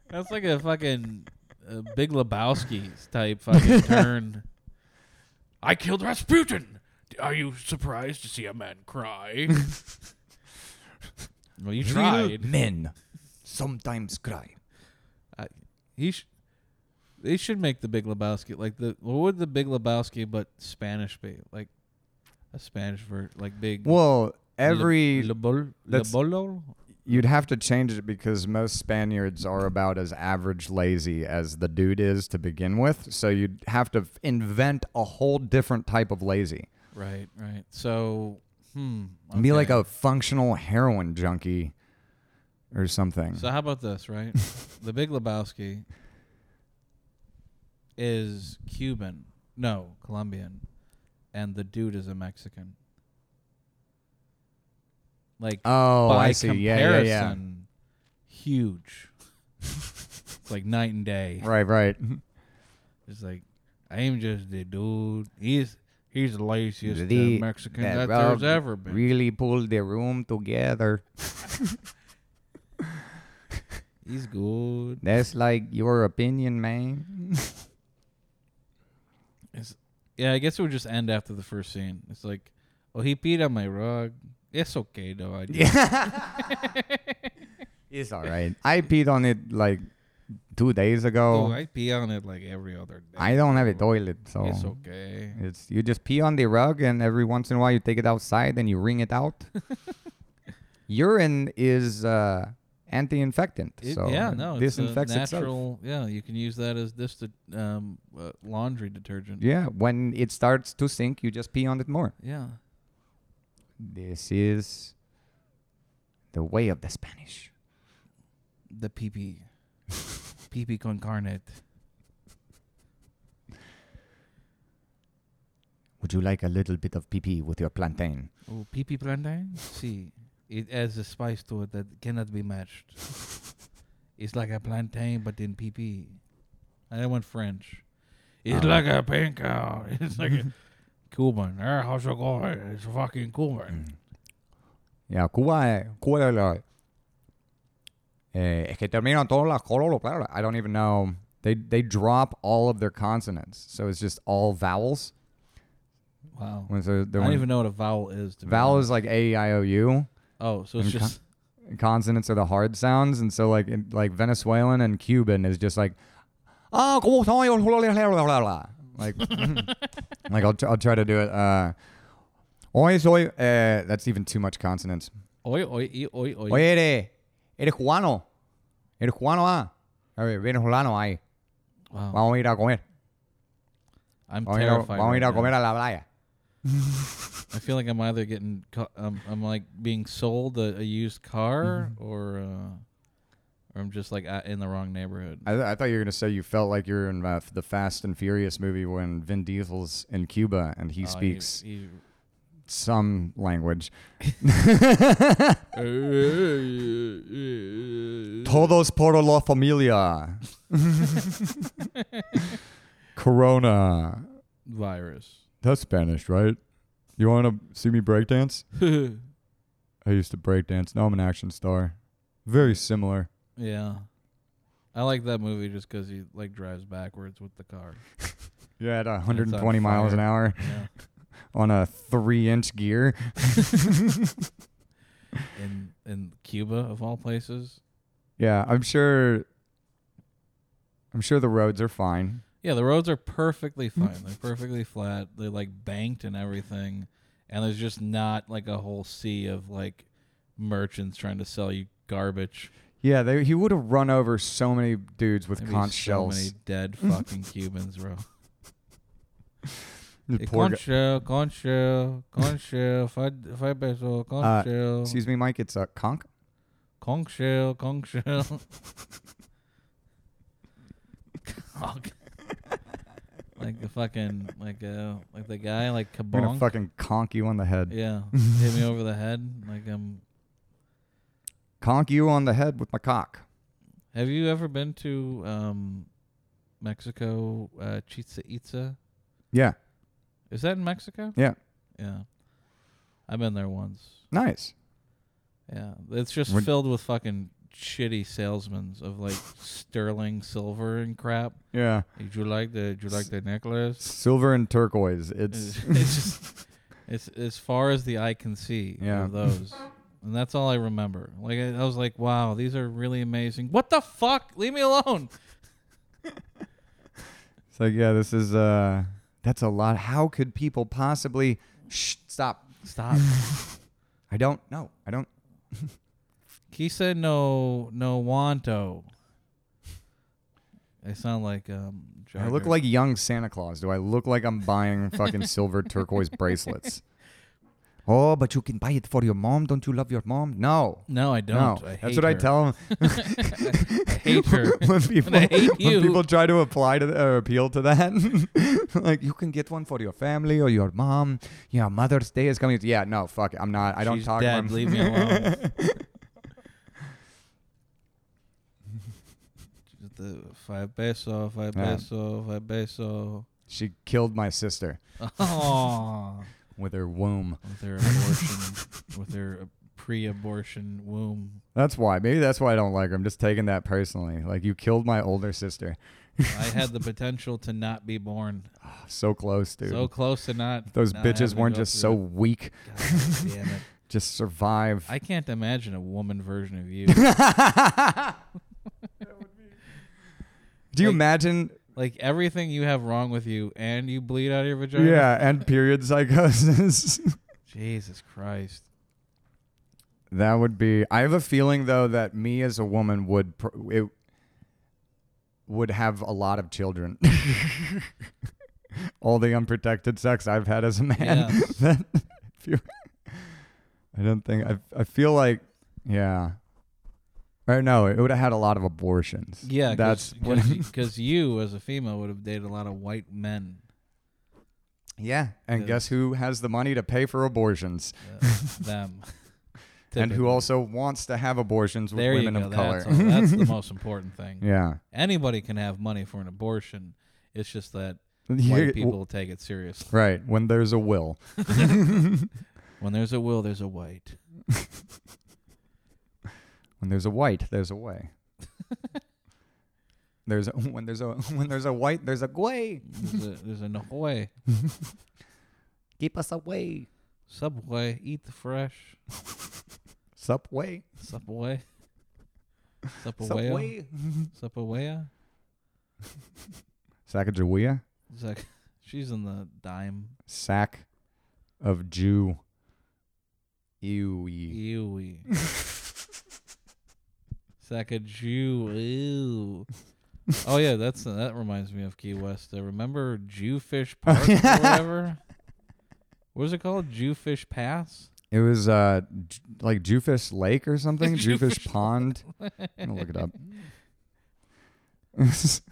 C: That's like a fucking uh, Big Lebowski
B: *laughs*
C: type fucking turn.
A: I killed Rasputin. Are you surprised to see a man cry?
C: Well, you tried.
B: men sometimes cry.
C: He sh- they should make the Big Lebowski like the what would the Big Lebowski but Spanish be like a Spanish version like big
B: Well, every
C: Le, Lebol-
B: that's-
C: Lebolo?
B: you'd have to change it because most Spaniards are about as average lazy as the dude is to begin with, so you'd have to f- invent a whole different type of lazy.
C: right right so hmm
B: Be like
C: okay.
B: a functional heroin junkie or something.
C: so how about
B: *laughs*
C: this right the Big Lebowski is Cuban no Colombian and the dude is a Mexican like
B: oh,
C: by
B: I see. Yeah, yeah,
C: comparison,
B: yeah. *laughs*
C: huge. it's like night and day.
B: Right,
C: *laughs*
B: right.
C: It's like I am just the dude. He's he's the laziest
B: The-
C: uh, Mexican
B: that
C: that,
B: Rob
C: there's ever been.
B: Really pulled the room together.
C: he's good.
B: That's like your opinion, man. *laughs*
C: Yeah, I guess it would just end after the first scene. It's like, oh, he peed on my rug. It's okay though. I just,
B: *laughs* It's all right. I peed on it like two days
C: oh,
B: ago.
C: I pee on it like every other day.
B: I don't have a toilet, so
C: It's okay.
B: it's you just pee on the rug, and every once in a while you take it outside and you wring it
C: *laughs*
B: out. Urine is uh, anti-infectant,
C: It-
B: so
C: yeah, no, it's a
B: disinfects itself.
C: natural. Yeah, you can use that as this to, um, uh, laundry detergent.
B: Yeah, when it starts to sink, you just pee on it more.
C: yeah.
B: This is the way of the Spanish.
C: The PP.
B: *laughs*
C: BB con carne.
B: Would you like a little bit of pee pee with your plantain?
C: Oh, PP plantain? See, it adds a spice to it that cannot be
B: *laughs*
C: matched. it's like a plantain, but in PP. I don't want French. It's
B: Oh.
C: like a pink cow. It's like a Cuban. Eh, how's it going? It's fucking Cuban.
B: Yeah, Mm. Cuba, Cuba. la- Eh, es que terminan todas las palabras. I don't even know. They they drop all of their consonants, so it's just all vowels.
C: Wow.
B: When so
C: I
B: the
C: don't
B: one-
C: even know what a vowel is. To be
B: vowel
C: honest.
B: is like a i o u.
C: Oh, so it's
B: and con-
C: just.
B: Consonants are the hard sounds, and so like in, like Venezuelan and Cuban is just like ah, como soy, la, la, la, la, la, la." like *laughs* like I'll tr- I'll try to do it. Uh, hoy soy. Uh, that's even too much consonants.
C: Oi, oi, i, oi, oi.
B: Oye, eres, eres cubano. Eres cubano, ah. A ver, venezolano ahí.
C: Wow.
B: Vamos a ir a comer.
C: I'm
B: Vamos a ir a,
C: terrified.
B: vamos a, ir a
C: right now.
B: comer a la playa.
C: I feel like I'm either getting, co- um, I'm like being sold a, a used car,
B: Mm-hmm.
C: or, uh, or I'm just like uh, in the wrong neighborhood.
B: I, th- I thought you were going to say you felt like you're in uh, the Fast and Furious movie when Vin Diesel's in Cuba and he
C: Oh,
B: speaks
C: he-
B: some language.
C: he-
B: Todos por la familia. Corona.
C: virus. *laughs*
B: That's Spanish, right? You want to see me breakdance? I used to breakdance. Now I'm an action star. Very similar.
C: yeah, I like that movie just because he like drives backwards with the car.
B: You're at
C: It's
B: 120
C: on
B: miles an
C: fire.
B: hour *laughs*
C: Yeah,
B: on a three inch gear.
C: in in Cuba of all places.
B: Yeah, I'm sure. I'm sure the roads are fine.
C: Yeah, the roads
B: *laughs*
C: are perfectly fine. They're perfectly flat. They're like banked and everything, and there's just not like a whole sea of like merchants trying to sell you garbage.
B: Yeah, they, he would have run over so many dudes with
C: There'd be
B: conch
C: so
B: shells.
C: many
B: *laughs*
C: dead fucking Cubans, bro.
B: The
C: Hey,
B: poor
C: Conch shell, conch shell, conch shell, five, five peso, conch
B: Uh,
C: shell,
B: guy- Excuse me, Mike. It's a conch.
C: conch shell, conch shell. *laughs* Conch. *laughs* like the fucking like uh like the guy like
B: I'm gonna
C: kabong.
B: fucking conk you on the head. *laughs*
C: Yeah, hit me over the head. Like um,
B: Conk you on the head with my cock.
C: have you ever been to um, Mexico? Uh, Chichen Itza
B: Yeah,
C: is that in Mexico?
B: Yeah.
C: yeah. I've been there once.
B: nice.
C: Yeah, it's just
B: We're-
C: filled with fucking shitty salesmen of like *laughs* sterling silver and crap.
B: Yeah,
C: Did you like the? Did you like the necklace?
B: silver and turquoise. It's
C: It's,
B: *laughs*
C: it's just it's as far as the eye can see.
B: Yeah.
C: of those, and that's all I remember. Like I, I was like, wow, these are really amazing. What the fuck? Leave me alone.
B: It's like, yeah, this is uh that's a lot. How could people possibly Shh, stop. *laughs*
C: Stop.
B: I don't know. I don't
C: Kisa no no wanto. I sound like um.
B: I look
C: Jagger.
B: like young Santa Claus. Do I look like I'm buying fucking silver turquoise
C: *laughs*
B: bracelets? Oh, but you can buy it for your mom. Don't you love your mom? No.
C: No, I don't.
B: no.
C: I
B: That's
C: hate
B: what I
C: her.
B: tell them
C: I hate her.
B: *laughs*
C: *laughs*
B: when people
C: I hate you.
B: when people try to apply to or appeal to that. *laughs* like you can get one for your family or your mom. Yeah, Mother's Day is coming. Yeah, no, fuck it. I'm not. I don't
C: She's
B: talk to
C: dead.
B: them.
C: Leave me alone.
B: *laughs*
C: the five peso, five
B: Yeah.
C: peso, five peso.
B: She killed my sister
C: Oh,
B: with her womb.
C: with her abortion, with her pre-abortion womb.
B: That's why. Maybe that's why I don't like her. I'm just taking that personally. Like you killed my older sister.
C: I had the potential to not be born.
B: So close, dude.
C: So close to not.
B: Those
C: not having
B: bitches
C: to
B: weren't
C: go
B: just so
C: through
B: weak.
C: it. God damn it.
B: Just survive. *laughs*
C: I can't imagine a woman version of you.
B: Do you
C: Like- *laughs*
B: imagine?
C: like everything you have wrong with you, and you bleed out of your vagina.
B: Yeah, and period psychosis. *laughs*
C: Jesus Christ.
B: that would be. I have a feeling though that me as a woman would pr- it would have a lot of children. *laughs* All the unprotected sex I've had as a man. *laughs*
C: Yes.
B: that if you- I don't think I. I feel like yeah. Or no, it would have had a lot of abortions.
C: Yeah, *laughs*
B: that's what. *laughs*
C: because you as a female would have dated a lot of white men.
B: Yeah, and
C: Yeah.
B: guess who has the money to pay for abortions, *laughs*
C: uh, them.
B: and who
C: Typically.
B: also wants to have abortions with
C: There you
B: women
C: go.
B: of
C: That's,
B: color?
C: all- that's the most important thing.
B: *laughs* yeah,
C: Anybody can have money for an abortion. It's just that
B: Yeah,
C: white people take it seriously.
B: Right when there's a will.
C: When there's a will, there's a white.
B: When there's a white, there's a
C: *laughs*
B: way. there's a, when there's a when there's a white, there's a way.
C: There's a, there's a Ahoy,
B: Keep us away. *laughs*
C: Subway, eat the fresh,
B: Subway.
C: Subway, Subway,
B: Subway.
C: Subway.
B: Sacagawea.
C: It's like *laughs* she's in the dime.
B: Sack of Jew. Ew. ye.
C: E- Ewy. Sack of Jew. Ew. Oh yeah, that's that reminds me of Key West. I
B: *laughs*
C: remember Jewfish Park or whatever. What was it called? Jewfish Pass.
B: It was uh j- like Jewfish Lake or something. Jewfish Pond. I'm gonna look it up.
C: *laughs*
B: *laughs*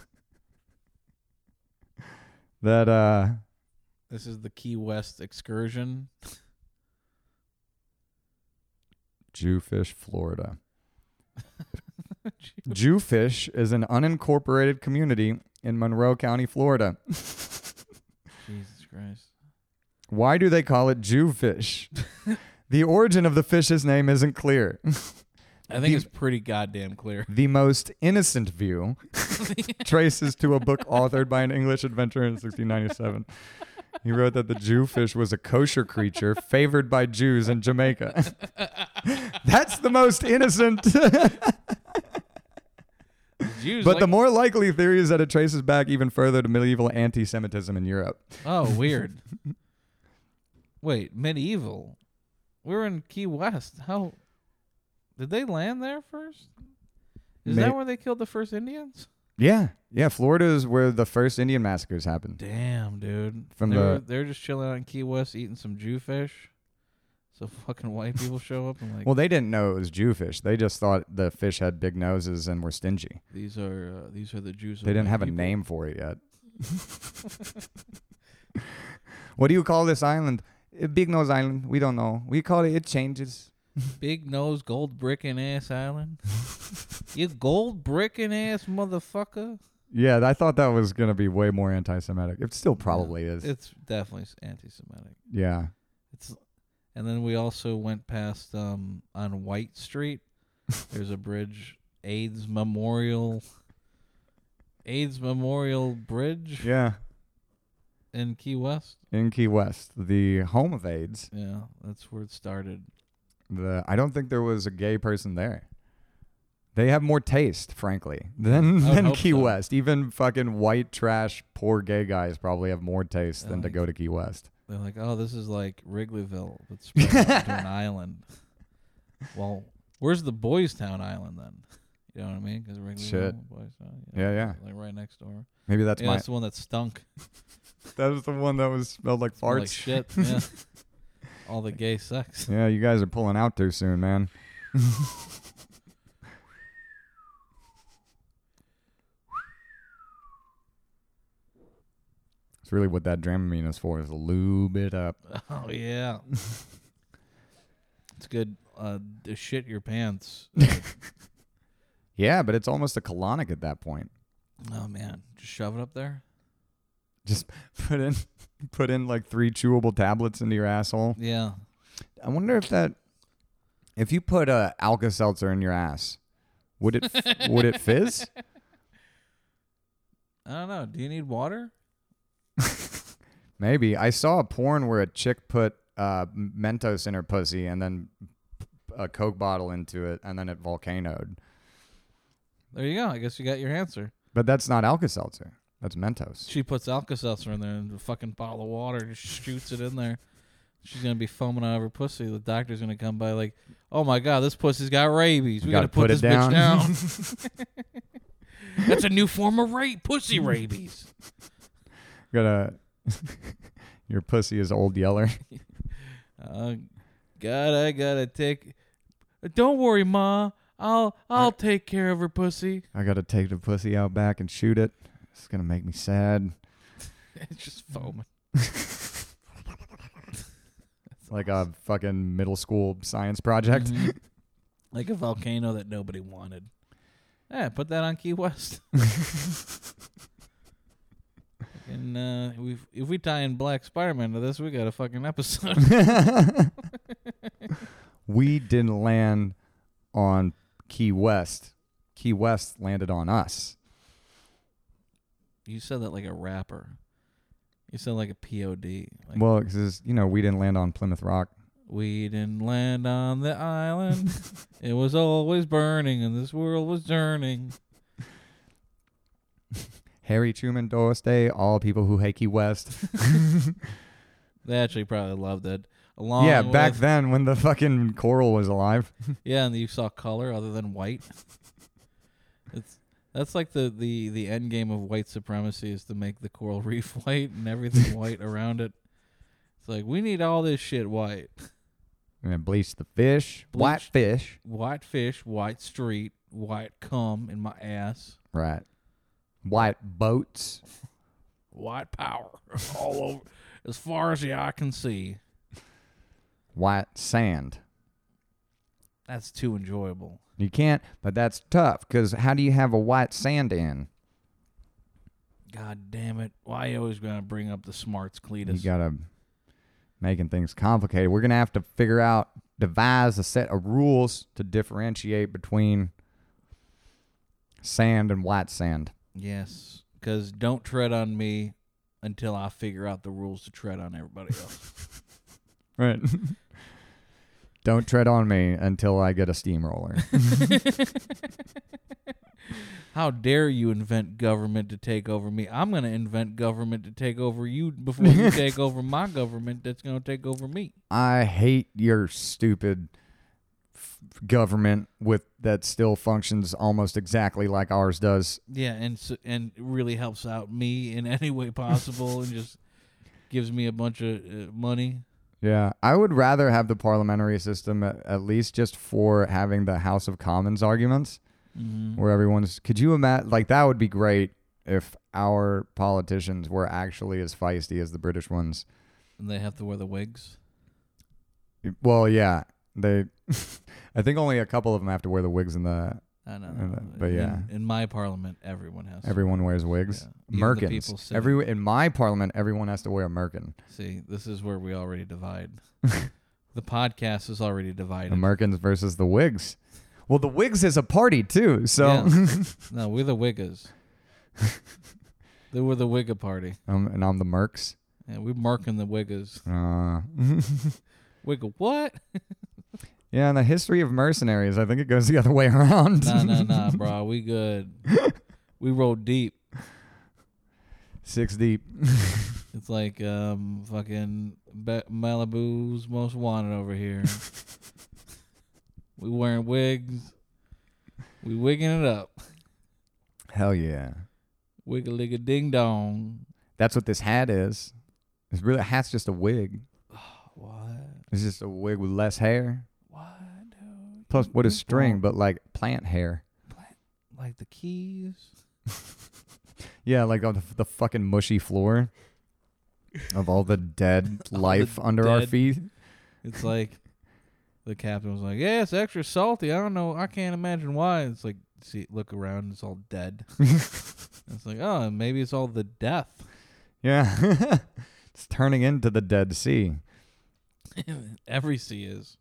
B: that uh
C: This is the Key West excursion.
B: Jewfish, Florida. Jewfish is an unincorporated community in Monroe County, Florida.
C: *laughs* Jesus Christ.
B: Why do they call it Jewfish? the origin of the fish's name isn't clear.
C: I think it's pretty goddamn *laughs* clear.
B: The most innocent view
C: *laughs*
B: traces to a book authored by an English adventurer in 1697. He wrote that the Jewfish was a kosher creature favored by Jews in Jamaica. *laughs* That's the most innocent.
C: Jews
B: But
C: like-
B: the more likely theory is that it traces back even further to medieval anti Semitism in Europe.
C: oh weird. *laughs* Wait, medieval. We're in Key West. How did they land there first? Is
B: May-
C: that where they killed the first Indians?
B: Yeah. Yeah. Florida is where the first Indian massacres happened.
C: Damn, dude.
B: From
C: they were,
B: the-
C: they're just chilling out in Key West eating some Jewfish. So fucking white people show up and like
B: Well, they didn't know it was Jewfish. They just thought the fish had big noses and were stingy.
C: these are uh, these are the Jews. of
B: They didn't
C: white
B: have a
C: people."
B: name for it yet. *laughs* what do you call this island? Uh, Big Nose Island. We don't know. We call it, it changes.
C: Big nose gold brickin' ass island. you gold brickin' ass motherfucker.
B: Yeah, I thought that was going to be way more anti Semitic. It still probably is.
C: It's definitely s- anti-Semitic.
B: yeah.
C: It's, and then we also went past um on White Street. There's a bridge, AIDS Memorial, AIDS Memorial Bridge
B: Yeah.
C: in Key West.
B: In Key West, the home of AIDS.
C: Yeah, that's where it started.
B: The I don't think there was a gay person there. They have more taste, frankly, than
C: I would
B: than
C: hope
B: Key
C: so.
B: West. Even fucking white trash, poor gay guys probably have more taste than to
C: Oh,
B: go to Key West.
C: They're like, oh, this is like Wrigleyville, but spread out *laughs* to an island. Well, where's the Boys Town Island then? You know what I mean? Because Wrigleyville,
B: Shit.
C: Boys Town,
B: Yeah, yeah.
C: like right next door.
B: Maybe that's
C: yeah,
B: my.
C: that's the one that stunk.
B: That was the one that was smelled like
C: Smell
B: farts.
C: Like shit. *laughs* Yeah. All the gay sex. *laughs*
B: Yeah, you guys are pulling out too soon, man. *laughs* It's really what that Dramamine is for—is lube it up.
C: Oh yeah. it's good. Uh, to shit your pants. Uh,
B: Yeah, but it's almost a colonic at that point. *laughs*
C: oh man, just shove it up there.
B: Just put in put in like three chewable tablets into your asshole.
C: Yeah.
B: I wonder if that if you put a Alka Seltzer in your ass, would it f- would it
C: *laughs*
B: fizz?
C: I don't know. Do you need water?
B: Maybe I saw a porn where a chick put uh, Mentos in her pussy and then a Coke bottle into it, and then it volcanoed.
C: There you go. I guess you got your answer.
B: But that's not Alka Seltzer. That's Mentos.
C: She puts Alka-Seltzer in there and a fucking bottle of water and just shoots it in there. She's gonna be foaming out of her pussy. The doctor's gonna come by like, "Oh my god, this pussy's got rabies. We,
B: gotta
C: gotta, put,
B: put it
C: this
B: down."
C: bitch down." *laughs* That's a new form of rape, pussy rabies.
B: Gotta. *laughs* Your pussy is old yeller.
C: Uh, God, I gotta take. Don't uh, worry, Ma. I'll I'll take care of her pussy.
B: I gotta take the pussy out back and shoot it. It's gonna make me sad.
C: It's *laughs* just foaming.
B: It's like a fucking middle school science project.
C: *laughs* Mhm. like a volcano that nobody wanted. Yeah, put that on Key *laughs* West. and uh, we if we tie in Black Spider-Man to this, we got a fucking episode. *laughs*
B: *laughs* we didn't land on Key West. Key West landed on us.
C: you said that like a rapper. You said like a POD. Like,
B: Well, because you know we didn't land on Plymouth Rock.
C: we didn't land on the *laughs* island. it was always burning, and this world was turning.
B: Harry Truman, Doris Day, all people who hate Key West.
C: *laughs* They actually probably loved it. Along
B: yeah, back
C: with-
B: then when the fucking coral was alive.
C: Yeah, and you saw color other than white. it's that's like the, the the end game of white supremacy is to make the coral *laughs* reef white and everything white around it. It's like we need all this shit white.
B: And it bleached the fish,
C: Bleached-
B: white fish.
C: White fish, white street, white cum in my ass.
B: Right. White boats.
D: White power
C: *laughs*
D: all over,
C: As far as the eye can see,
B: white sand.
C: that's too enjoyable.
B: You can't, but that's tough because how do you have a white sand in?
C: God damn it. Why you always gonna bring up the smarts,
B: You
C: Cletus?
B: gotta making things complicated. We're gonna have to figure out, devise a set of rules to differentiate between sand and white sand.
C: yes. Cause don't tread on me until I figure out the rules to tread on everybody *laughs* else.
B: Right. *laughs* Don't tread on me until I get a *laughs* steamroller.
C: How dare you invent government to take over me? I'm going to invent government to take over you before *laughs* you take over my government that's going to take over me.
B: I hate your stupid f- government with that still functions almost exactly like ours does.
C: Yeah, and s and really helps out me in *laughs* any way possible and just gives me a bunch of uh, money.
B: Yeah, I would rather have the parliamentary system at, at least just for having the House of Commons arguments
C: Mhm.
B: where everyone's. Could you imagine? Like, that would be great if our politicians were actually as feisty as the British ones.
C: And they have to wear the wigs.
B: Well, yeah, *laughs* they. I think only a couple of them have to wear the wigs and the.
C: I know.
B: Uh, but yeah.
C: In, in my parliament, everyone has. to
B: Everyone wears wigs.
C: Yeah. Even the people
B: Merkins.
C: sitting-
B: Every in my parliament, everyone has to wear a merkin.
C: See, this is where we already divide. the podcast is already divided.
B: The merkins versus the wigs. Well, the wigs is a party too, so
C: Yeah. no, we're the Wiggas. they were the Wigga party.
B: *laughs* um, and I'm the mercs.
C: Yeah, we're marking the Wiggas.
B: Uh,
C: Wigga what?
B: Yeah, and the history of mercenaries, I think it goes the other way *laughs* around.
C: nah, nah, nah, bro. We good. we roll deep.
B: Six deep.
C: It's like um fucking Be- Malibu's most wanted over here. we wearing wigs. We wigging it up.
B: Hell yeah.
C: Wigga ligga ding dong. *sighs*
B: That's what this hat is. It's really a hat's just a wig.
C: What?
B: It's just a wig with less hair.
C: What? dude?
B: Plus, what is string
C: Oh.
B: but like plant hair?
C: Like the keys.
B: *laughs* Yeah, like on the, the fucking mushy floor of all the
C: *laughs*
B: dead
C: All the
B: life under our
C: dead-
B: feet.
C: *laughs* It's like the captain was like, "Yeah, it's extra salty. I don't know. I can't imagine why." It's like, see, look around. It's all
B: *laughs*
C: dead. it's like, oh, maybe it's all the death. *laughs*
B: Yeah. *laughs* it's turning into the Dead Sea.
C: Every sea is.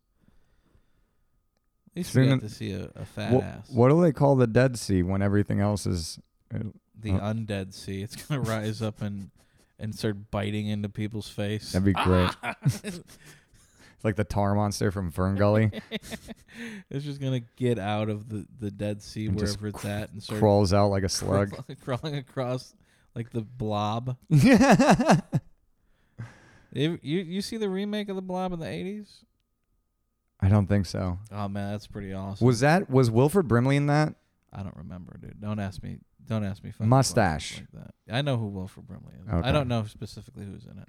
C: At least
B: Soon
C: we
B: en-
C: got to see a, a fat
B: What,
C: ass.
B: what do they call the Dead Sea when everything else is.
C: the undead sea. It's
B: *laughs*
C: gonna rise up and and start biting into people's face.
B: That'd be
C: *laughs*
B: great. It's like the tar monster from Fern Gully.
C: *laughs* It's just gonna get out of the the dead sea
B: And just
C: wherever it's at and start
B: crawls out like a slug.
C: *laughs* crawling across like the blob.
B: I
C: You, you you see the remake of the Blob in the eighties?
B: don't think so.
C: Oh man, that's pretty awesome.
B: Was that was Wilford Brimley in that?
C: I don't remember, dude. Don't ask me. Don't ask me. fucking
B: Mustache.
C: questions Like that. I know who Wilford Brimley is.
B: Okay.
C: I don't know specifically who's in it.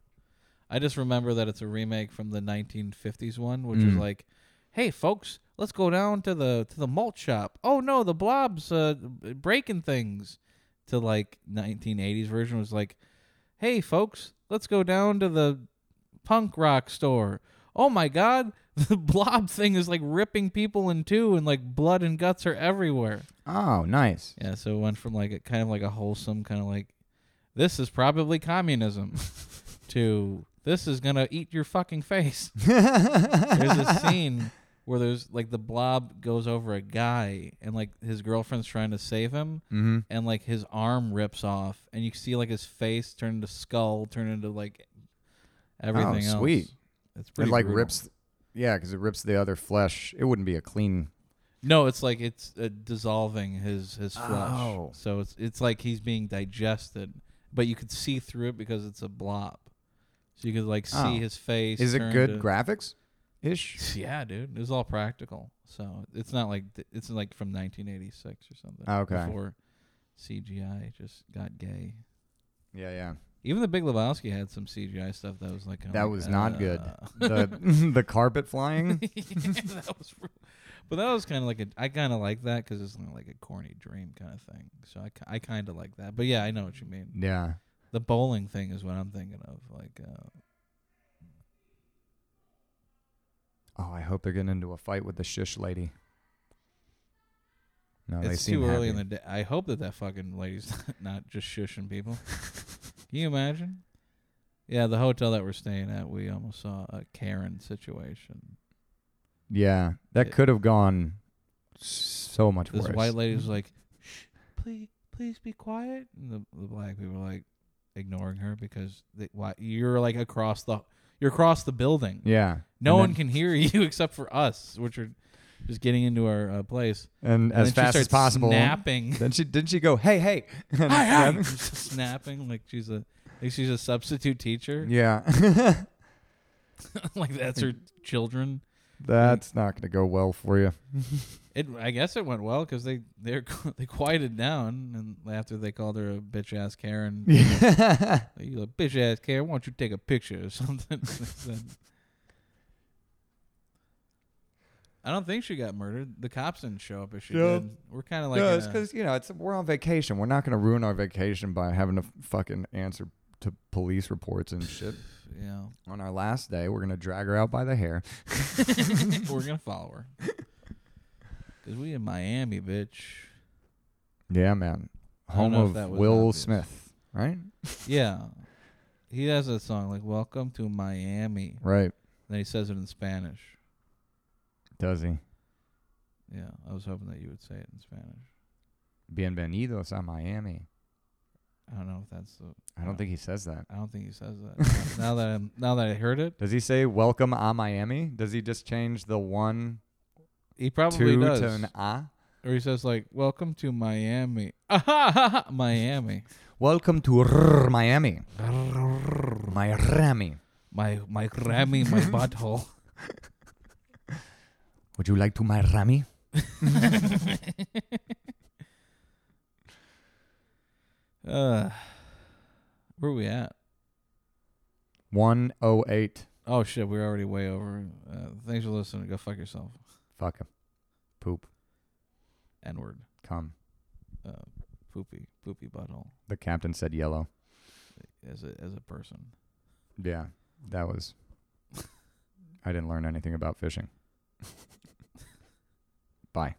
C: I just remember that it's a remake from the 1950s one, which is
B: Mm.
C: like, "Hey folks, Let's go down to the to the malt shop. Oh no, the blobs uh, breaking things. To like 1980s version was like, hey folks, let's go down to the punk rock store. Oh my god, *laughs* the blob thing is like ripping people in two, and like blood and guts are everywhere.
B: Oh, nice.
C: Yeah, so it went from like a kind of like a wholesome kind of like this is
B: *laughs*
C: probably communism to this is gonna eat your
B: *laughs*
C: fucking face. there's a scene where there's like the blob goes over a guy and like his girlfriend's trying to save him
B: Mm-hmm.
C: and like his arm rips off and you see like his face turn into skull, turn into like everything else.
B: Oh, sweet.
C: It's pretty
B: It like
C: brutal.
B: rips, yeah, because it rips the other flesh. It wouldn't be a clean.
C: No, it's like it's uh, dissolving his his flesh.
B: Oh.
C: So it's it's like he's being digested, but you could see through it because it's a blob. So you could like see
B: Oh.
C: his face.
B: Is it
C: turn
B: good
C: to-
B: graphics, ish?
C: yeah, dude. It was all practical. So it's not like th- it's like from 1986 or something.
B: Oh, Okay.
C: Before CGI just got gay.
B: Yeah, yeah.
C: Even the Big Lebowski had some CGI stuff that was like "Oh kinda
B: That
C: like,
B: was not good.
C: uh, *laughs*
B: The *laughs* the carpet flying.
C: that was real. But that was kind of like a. I kind of like that because it's not like a corny dream kind of thing. So I, ki- I kind of like that. But yeah, I know what you mean.
B: Yeah.
C: The bowling thing is what I'm thinking of. Like, uh,
B: Oh, I hope they're getting into a fight with the shish lady. No, Oh, they
C: it's
B: seem
C: too early in the
B: happy.
C: day. I hope that that fucking lady's *laughs* not just shushing
B: *laughs*
C: people. Can you imagine? Yeah, the hotel that we're staying at, we almost saw a Karen situation.
B: Yeah, that
C: It-
B: could have gone so much
C: This
B: worse.
C: white lady was like, "Shh, please, please be quiet." And the, the black people were like ignoring her because they, why, you're like across the you're across the building.
B: yeah.
C: No
B: and
C: one can hear *laughs* you except for us, which are just getting into our uh, place.
B: Then, and
C: And
B: as
C: then she
B: fast as
C: starts
B: possible. *laughs*
C: snapping, *laughs*
B: Then she didn't she go, hey, hey. And-
C: Hi, hi. snapping like she's a like she's a substitute teacher.
B: yeah.
C: *laughs*
B: *laughs*
C: like that's her children.
B: That's not going to go well for you. *laughs*
C: It I guess it went well because they they *laughs* they quieted down and after they called her a bitch ass Karen.
B: Yeah.
C: Like, You like bitch ass Karen, why don't you take a picture or *laughs* something? Then- I don't think she got murdered. The cops didn't show up if she
B: Yeah.
C: did. We're kind of like,
B: no,
C: in
B: it's
C: a-
B: because, you know, it's we're on vacation. We're not going to ruin our vacation by having to f- fucking answer to police reports and shit.
C: you know,
B: *laughs*
C: *laughs*
B: on our last day, we're going to drag her out by the hair.
C: we're gonna follow
B: *laughs*
C: her because we in Miami, bitch.
B: Yeah, man.
C: I
B: Home
C: don't know if
B: of
C: that was
B: Will
C: obvious.
B: Smith, right?
C: Yeah, he has a song like "Welcome to Miami."
B: Right.
C: Then he says it in Spanish.
B: Does he?
C: Yeah, I was hoping that you would say it in Spanish.
B: Bienvenidos a Miami.
C: I don't know if that's the.
B: I don't think he says that.
C: I don't think he says
B: *laughs*
C: that. now that I'm, now that I heard it,
B: Does he say welcome a Miami? Does he just change the one
C: he probably
B: two
C: does.
B: to an a?
C: Or he says like, "Welcome to Miami, *laughs* Ah-ha-ha-ha, Miami,
B: Welcome to rrr Miami. Miami.
C: my my Grammy,
B: *laughs*
C: my butthole." *laughs*
B: Would you like to Miami?
C: uh, where we at?
B: 108.
C: Oh shit, we're already way over. Uh, thanks for listening. Go fuck yourself.
B: Fuck him. Poop.
C: N word,
B: Come.
C: uh, poopy, poopy butthole.
B: The captain said yellow.
C: As a as a person,
B: Yeah. That was. *laughs* I didn't learn anything about fishing. Bye.